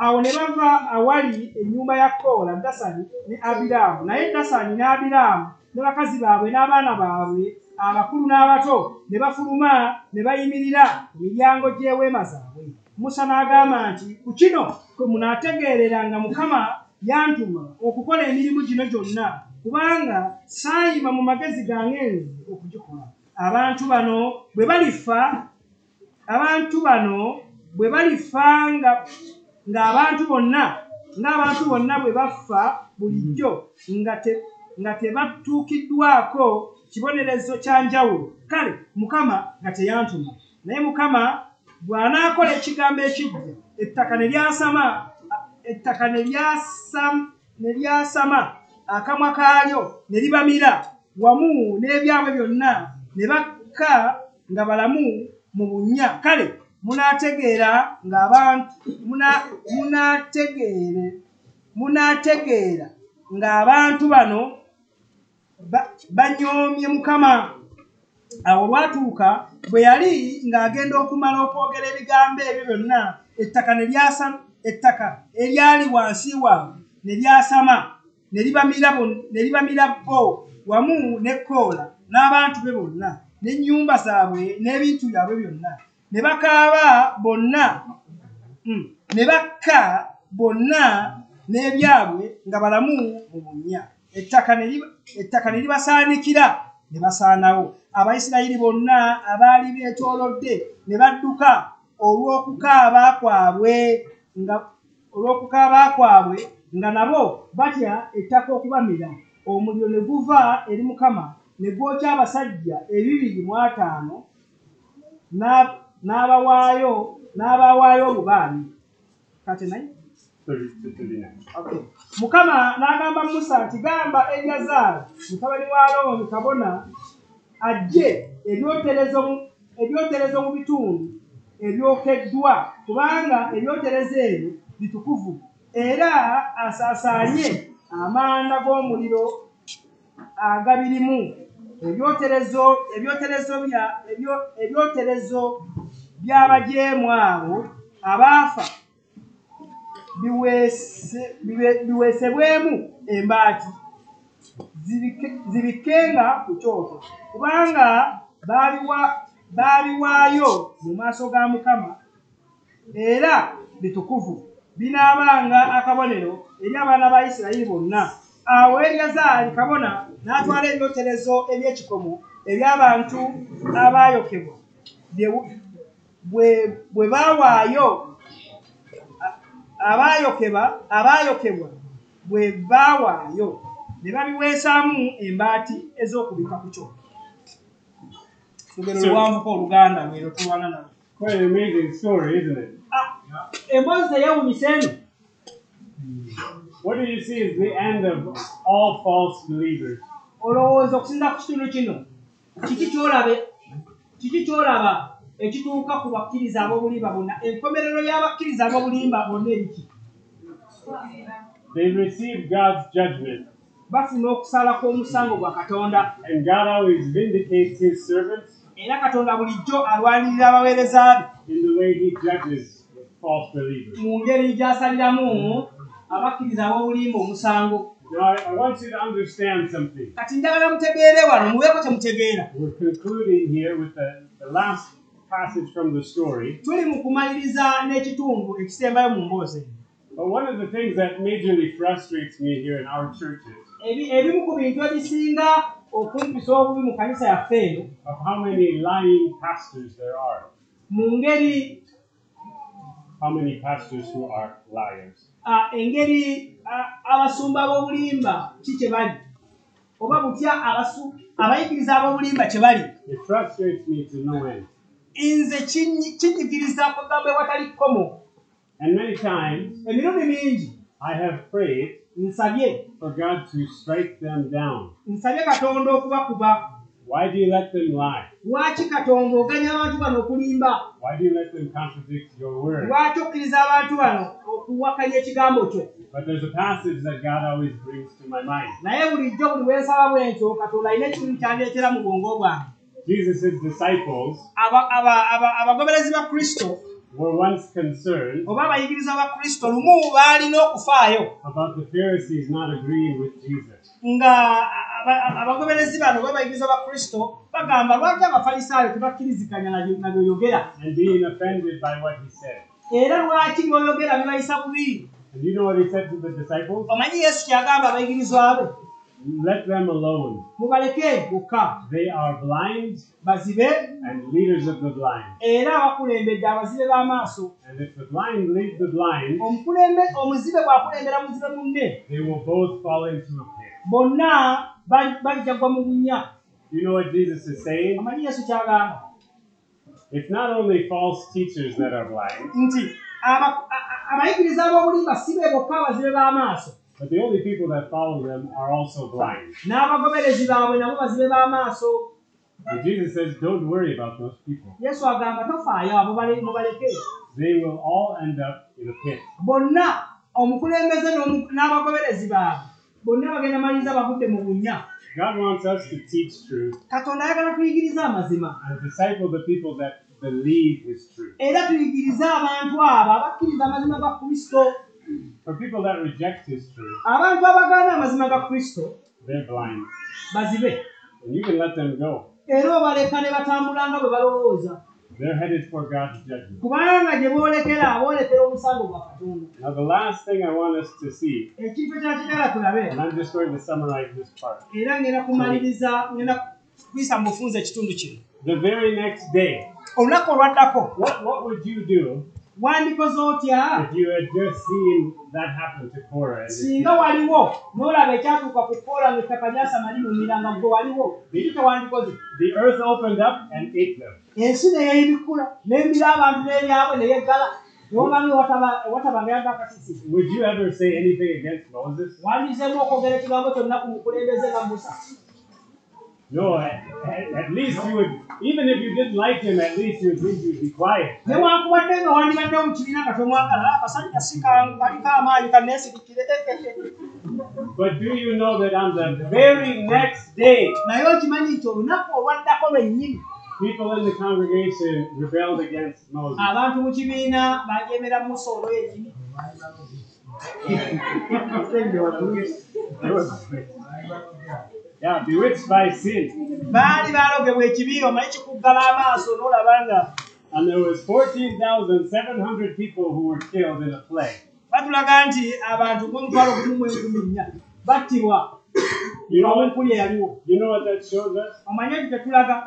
awo ne bava awali ennyumba ya koola dasani ne abiraamu naye dasani n'abiraamu ne bakazi baabwe n'abaana baabwe abakulu n'abato ne bafuluma ne bayimirira ku miryango gy'eweema zaabwe musa n'agamba nti ku kino kwe munaategeerera nga mukama yantuma okukola emirimu gino gyonna kubanga saayiba mu magezi gange nze okugikola abantu bano bwe balifa abantu bano bwe balifa nga ng'abantu bonna ng'abantu bonna bwe bafa bulijjo nga te- nga tebatuukiddwako kibonerezo kya njawulo kale mukama nga teyantuma naye mukama bw'anaakola ekigambo ekijja ettaka ne lyasama ettaka ne lyasam- ne lyasama akamwa kaalyo ne libamira wamu n'ebyabwe byonna ne bakka nga balamu mu bunnya kale munaategeera ng'abantu muna- munaategeere munaategeera ng'abantu bano ba- banyoomye mukama awo olwatuuka bwe yali ng'agenda okumala okwogera ebigambo ebyo byonna ettaka ne lyasa ettaka eryali wansi waabwe ne lyasama ne libamira bon- ne libamira bo wamu ne koola n'abantu be bonna n'ennyumba zaabwe n'ebintu byabwe byonna ne bakaaba bonna Mm. ne bakka bonna n'ebyabwe nga balamu mu bunnya ettaka ne liba- ettaka ne libasaanikira ne basaanawo abayisirayiri bonna abaali beetoolodde ne badduka olw'okukaaba kwabwe nga olw'okukaaba kwabwe nga nabo batya ettaka okubamira omuliro ne guva eri mukama ne gwokya abasajja ebibiri mu ataano n'a- n'abawaayo n'abawaayo obubaani kati naye
30 to 39.
okay. mukama n'agamba musa nti gamba eriyazaali mutabani wa alooni kabona ajje ebyoterezo mu- ebyoterezo mu bitundu ebyokeddwa kubanga ebyoterezo ebyo bitukuvu era asaasaanye amanda g'omuliro agabirimu ebyoterezo ebyoterezo bya- ebyo- ebyoterezo by'abajeemu abo abaafa biweese- biwe- biweesebwemu embaati zibike- zibikenga ku kyoto kubanga baabiwa- baabiwaayo mu maaso ga mukama era bitukuvu binaabanga akabonero eri abaana ba isirayiri bonna awo eriyazaali kabona n'atwala ebyoterezo eby'ekikomo eby'abantu abaayokebwa bye- bwe- bwe baawaayo abaayokebwa abaayokebwa bwe baawaayo ne babiweesaamu embaati ez'okubika ku kyo lugero luwanvuko oluganda lwero tulwana nalo
Quite an amazing story, isn't it?
Ah, emboozi teyewunyisa eno
What do you see is the end of all false believers?
olowooza okusinza ku kitundu kino kiki kyolabe kiki kyolaba ekituuka ku bakkiriza ab'obulimba bonna enkomerero y'abakkiriza ab'obulimba bonna eriki
They receive God's judgment,
bafuna okusala kw'omusango gwa katonda
and God always vindicates His servants
era katonda bulijjo alwanirira abaweereza be
in the way He judges false believers.
mu ngeri gy'asaliramu abakkiriza ab'obulimba omusango
Now, I, I want you to understand something.
kati njagala mutegeere wano mubeeko temutegeera
We're concluding here with the, the last passage from the story.
tuli mu kumaliriza n'ekitundu ekisembayo mu mboozi eno
But one of the things that majorly frustrates me here in our churches
Ebi- ebimu ku bintu ebisinga okumpisa obubi mu kanisa yaffe eno
of how many lying pastors there are,
mu ngeri
how many pastors who are liars.
ah, engeri ah, abasumba ab'obulimba ki kye bali oba butya abasu- abayigiriza ab'obulimba kye bali
It frustrates me to no end.
nze kinyi- kinyigiriza kugamba ewatali kkomo
And many times
emirundi mingi
I have prayed
nsabye
for God to strike them down.
nsabye katonda okubakuba
Why do you let them lie?
lwaki katonda oganya abantu bano okulimba
Why do you let them contradict your word?
lwaki okkiriza abantu bano okuwakanya ekigambo kyo
But there's a passage that God always brings to my mind.
naye bulijjo buli weesaba bwentyo katonda alina ekintu kyandeetera mu bwongo bwange
Jesus' disciples
Aba- aba- aba- abagoberezi ba kristo
were once concerned
oba abayigiriza ba kristo lumu baalina okufaayo
about the Pharisees not agreeing with Jesus.
nga aba- aba- abagoberezi bano oba abayigiriza ba kristo bagamba lwaki abafalisaayo tebakkiriziganya nabyo- na byoyogera
and being offended by what he said.
era lwaki byoyogera bibayisa bubi
And you know what he said to the disciples?
omanyi yesu kyagamba abayigirizwa be
Let them alone.
mubaleke bokka
They are blind
bazibe
and leaders of the blind.
era abakulembedde abazibe b'amaaso
And if the blind lead the blind,
omukulembe omuzibe bw'akulembera muzibe munne
they will both fall into a pit.
bonna ba- bajjagwa mu bunnya
You know what Jesus is saying?
amanyi yesu kyagamba
It's not only false teachers that are blind,
nti aba- a- a- abayigiriza ab'obulimba si be bokka abazibe b'amaaso
but the only people that follow them are also blind.
n'abagoberezi baabwe nabo bazibe b'amaaso
And Jesus says, don't worry about those people.
yesu agamba tofaayo abo bale- mubaleke
They will all end up in a pit.
bonna omukulembeze n'omu- n'abagoberezi baabwe bonna bagenda maliriza bavudde mu bunnya
God wants us to teach truth
katonda ayagala tuyigirize amazima
and disciple the people that believe His truth.
era tuyigirize abantu abo abakkiriza amazima ga kristo
For people that reject His truth,
abantu abagaana amazima ga kristo
they're blind,
bazibe
and you can let them go.
era obaleka ne batambula nga bwe balowooza
They're headed for God's judgment.
kubanga gye boolekera aboolekera omusango gwa katonda
Now, the last thing I want us to see,
ekintu ekyakigala tulabe
and I'm just going to summarize this part.
era ngenda kumaliriza ngenda kuyisa mu bufunze ekitundu kino
The very next day,
olunaku olwaddako
what, what would you do
wandikoze otya
if you had just seen that happen to Korah? and his
singa
people?
waliwo n'olaba ekyatuuka ku koola ng'ettaka lyasamali mu miranga gwe waliwo ekyo tewandikoze
The earth opened up and ate them.
ensi neyeyibikula n'embira abantu n'ebyabwe neyeggala nobanga watabangayaga akasisi
Would you ever say anything against Moses?
wandizeemu okwogera ekigambo kyonna ku mukulembeze nga musa
No, at, at, at least you would, even if you didn't like him, at least you'd think you'd be quiet.
newankubadde nga wandibaddewo mu kibiina nga tomwagala akasali kasikaliko amaanyi kaneesirikire
But do you know that on the very next day,
naye okimanyi nti olunaku olwaddako lwennyini
people in the congregation rebelled against Moses?
abantu mu kibiina bajemera musa olwo yenyini
They were bewitched. yeah, bewitched by sin.
baali baalogebwa ekibi omanyi kikuggala amaaso n'olaba nga
And there was 14,700 people who were killed in a plague.
batulaga nti abantu gwomutwalo ogumu enkumi nnya battibwa
You know what?
olw'enkuli eyaliwo
You know what that shows us?
omanyi ekyo tetulaga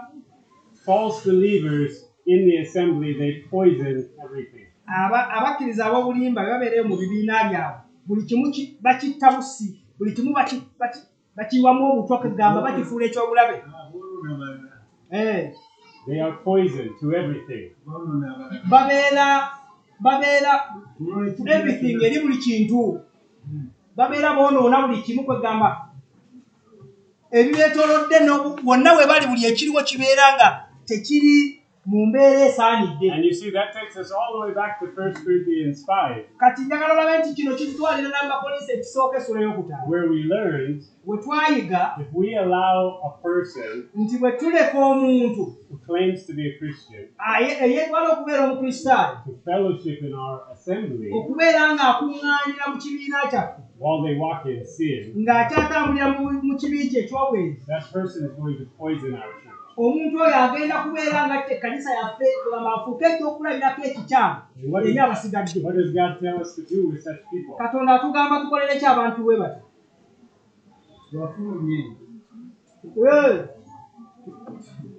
False believers in the assembly, they poisoned everything.
Aba- abakkiriza ab'obulimba be babeerayo mu bibiina byabwe buli kimu ki- bakitta busi buli kimu baki- baki- bakiwamu obutwa kegamba bakifuula ekyobulabe Eh,
They are poison to everything.
babeera babeera everything eri buli kintu babeera boonoona buli kimu kwegamba ebibeetolodde n'obu- wonna we bali buli ekiriwo kibeera nga tekiri mu mbeera esaanidde
And you see, that takes us all the way back to 1 Corinthians 5,
kati njagala olabe nti kino kitutwalira n'abakolinsa ekisooka essula eyokutaano
where we learned
we twayiga
if we allow a person
nti bwe tuleka omuntu
who claims to be a Christian
aye- eyeetwala okubeera omukristaayo
to fellowship in our assembly
okubeera ng'akuŋŋaanira mu kibiina kyaffe
while they walk in sin,
ng'akyatambulira mu- mu kibi kye ekyobwenzi
that person is going to poison our church.
omuntu oyo agenda kubeera nga ekkanisa yaffe kugamba afuuke ekyokulabirako ekikyamu
And What,
eri
does-
abasigadde
what does God tell us to do with such people?
katonda atugamba tukolere ki abantu bwe bati Eh,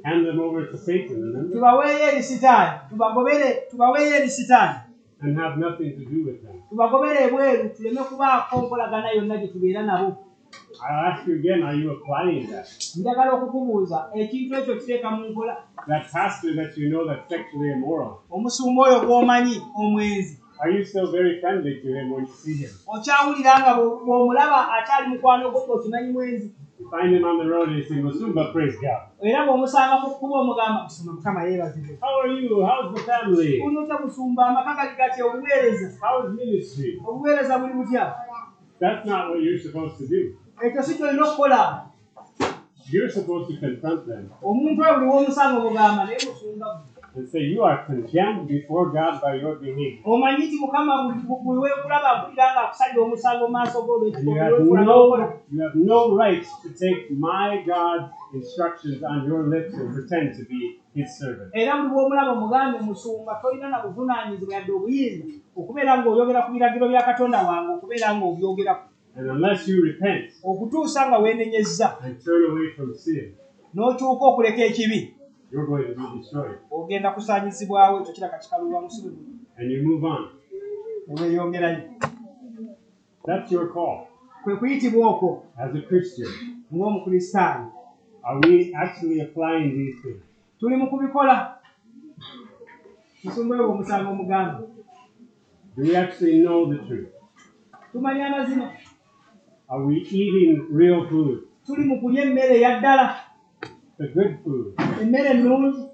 Hand them over to Satan remember?
tubaweeyo eri sitaani tubagobere tubaweeyo eri sitaani
and have nothing to do with them.
tubagobere ebweru tuleme kubaako nkolagana yonna gye tubeera nabo
I'll ask you again are you applying that?
njagala okukubuuza ekintu ekyo kiteeka mu nkola
That pastor that you know that's sexually immoral,
omusumba oyo gw'omanyi omwenzi
are you still very friendly to him when you see him?
okyawulira nga bwo- bw'omulaba akyali mukwano gwo ng'okimanyi mwenzi
You find him on the road and you say, Musumba, praise God.
era bw'omusanga ku kkuba omugamba musumba mukama yeebazibwe
How are you? How's the family?
onootya musumba amaka gali gatya obuweereza
How is ministry?
obuweereza buli butya
That's not what you're supposed to do.
ekyo si kyolina okukola
You're supposed to confront them
omuntu oyo buli w'omusanga omugamba naye musumba gwe.
and say, You are condemned before God by your behavior.
omanyi nti mukama buli buli weekulaba mpulira nga akusalira omusango mu maaso
And you have
g'olwekikola
no you have no right to take my God's instructions on your lips and pretend to be his servant.
era buli bw'omulaba omugambe musumba tolina na buvunaanyizibwa yadde obuyinza okubeera ng'oyogera ku biragiro bya katonda wange okubeera ng'obyogeraku
And unless you repent
okutuusa nga weenenyezza
and turn away from sin,
n'okyuka okuleka ekibi
you're going to be destroyed.
ogenda kusaanyizibwawo ekyo kiraka kikaluwa musubi
And you move on.
eweeyongerayo
That's your call
kwe kuyitibwa okwo
as a Christian.
ng'omukristaayo
Are we actually applying these things?
tuli mu kubikola musumba ewe omusango omugambe
Do we actually know the truth?
tumanya amazima
Are we eating real food?
tuli mu kulya emmere eya ddala
The good food.
emmere ennungi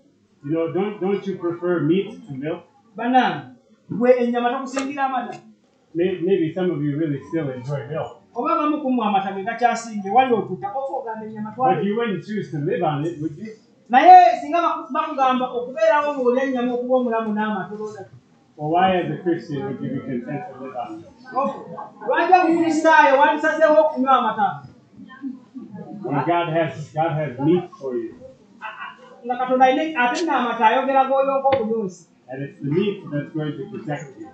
You know, don't don't you prefer meat to milk?
banange gwe ennyama tokusingira amata
May- Maybe some of you really still enjoy milk.
oba abamu kumwa amata ge gakyasinga wali otuutako twogamba ennyama
But
twali
you wouldn't choose to live on it, would you?
naye singa baku- bakugamba okubeerawo ng'olya ennyama okuba omulamu n'amatoloola
Well, why, as a Christian, would you be content to live on it?
lwaki omukristaayo wandisazeewo okunywa amata
When God has God has meat for you,
nga katonda alina- ate n'amata ayogera g'oyonka obuyonsi
and it's the meat that's going to protect you.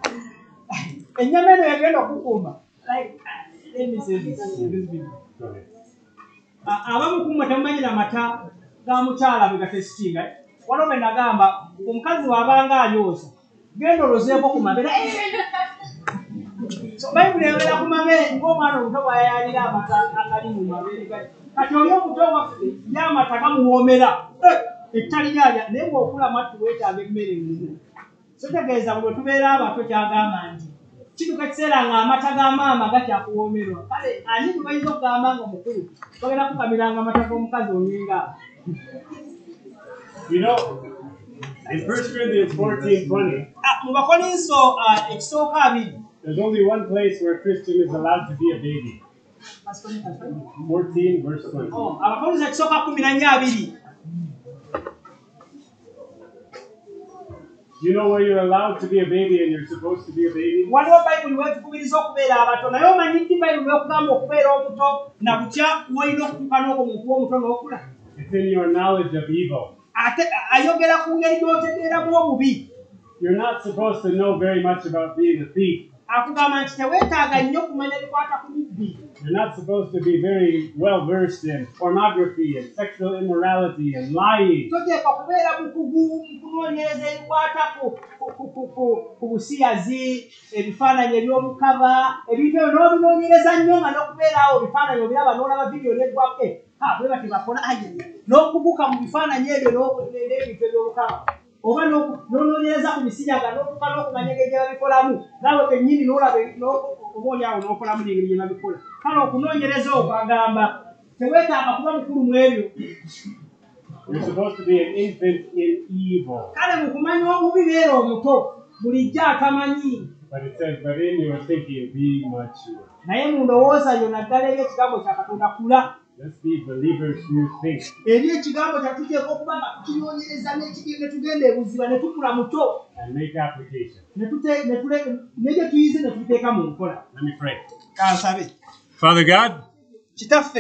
ennyama eno yagenda okukuuma Like, ah, let me say this, this video.
Go ahead.
A- abamu kumwe temumanyira amata ga mukyala bwe gatesikinga waliwo bwe nagamba omukazi waabanga ayoosa genda olozeeko ku mabere So, bayibuli yogera ku mabere ng'omwana omuto bwayayalira amata agali mu mabere gali kati oli omuto waffe y'amata gamuwoomera Eh, ettali lyalya naye ng'okula amatu weetaaga emmere ngumu so tegeeza bwe tubeera abato kyagamba nti kituka ekiseera ng'amata ga maama gakyakuwoomerwa kale ani gwe bayinza okugamba nga omukulu bagenda kukamiranga amata g'omukazi olinga
You know, in 1 Corinthians fourteen twenty,
Ah, mu bakolinso ah, ekisooka abiri
there's only one place where a Christian is allowed to be a baby. 14, verse 20.
Oh, abakolinso ekisooka kumi na nnya abiri
You know where you're allowed to be a baby and you're supposed to be a baby?
waliwo bayibuli wetukubiriza okubeera abato naye omanyi ddi bayibuli okugamba okubeera omuto nabukya woyina okutuuka n'okwo muntu omuto n'okula
It's in your knowledge of evil.
ate a- ayogera ku ngeri gy'otegeeramu obubi
You're not supposed to know very much about being a thief.
akugamba nti teweetaaga nnyo kumanya bikwata ku bubbi
You're not supposed to be very well versed in pornography and sexual immorality and lying.
toteeka kubeera mukugu mu kunoonyereza ebikwata ku- ku- ku- ku- ku- ku busiyazi ebifaananyi eby'omukaba ebintu ebyo n'obinoonyereza nnyo nga n'okubeeraawo ebifaananyi obiraba n'olaba vidiyo negwake bweba tebakola aye n'okuguka mu bifaananyi ebyo n'oku- ne- n'ebintu eby'omukaba oba n'oku- n'onoonyereza ku misinyaga n'otuka n'okumanyega gye babikolamu naawe kennyini n'olaba obaoliawo n'okolamu n'engeri gye babikola kale okunoonyereza okwo agamba teweetaaga kuba mukulu mu ebyo
You're supposed to be an infant in evil.
kale mukumanya obubi beera omuto bulijjo atamanyi
But it says, but in your thinking be mature.
naye mu ndowooza yo naddala eri ekigambo kya katonda kula
Let's be believers who think.
eri ekigambo kyatuteeka okuba nga tukinoonyereza n'eki- ne tugenda ebuziba ne tukula muto
and make application.
ne tute- ne tule- ne gye tuyize ne tuteeka mu nkola
Let me pray.
kansabe
Father God,
kitaffe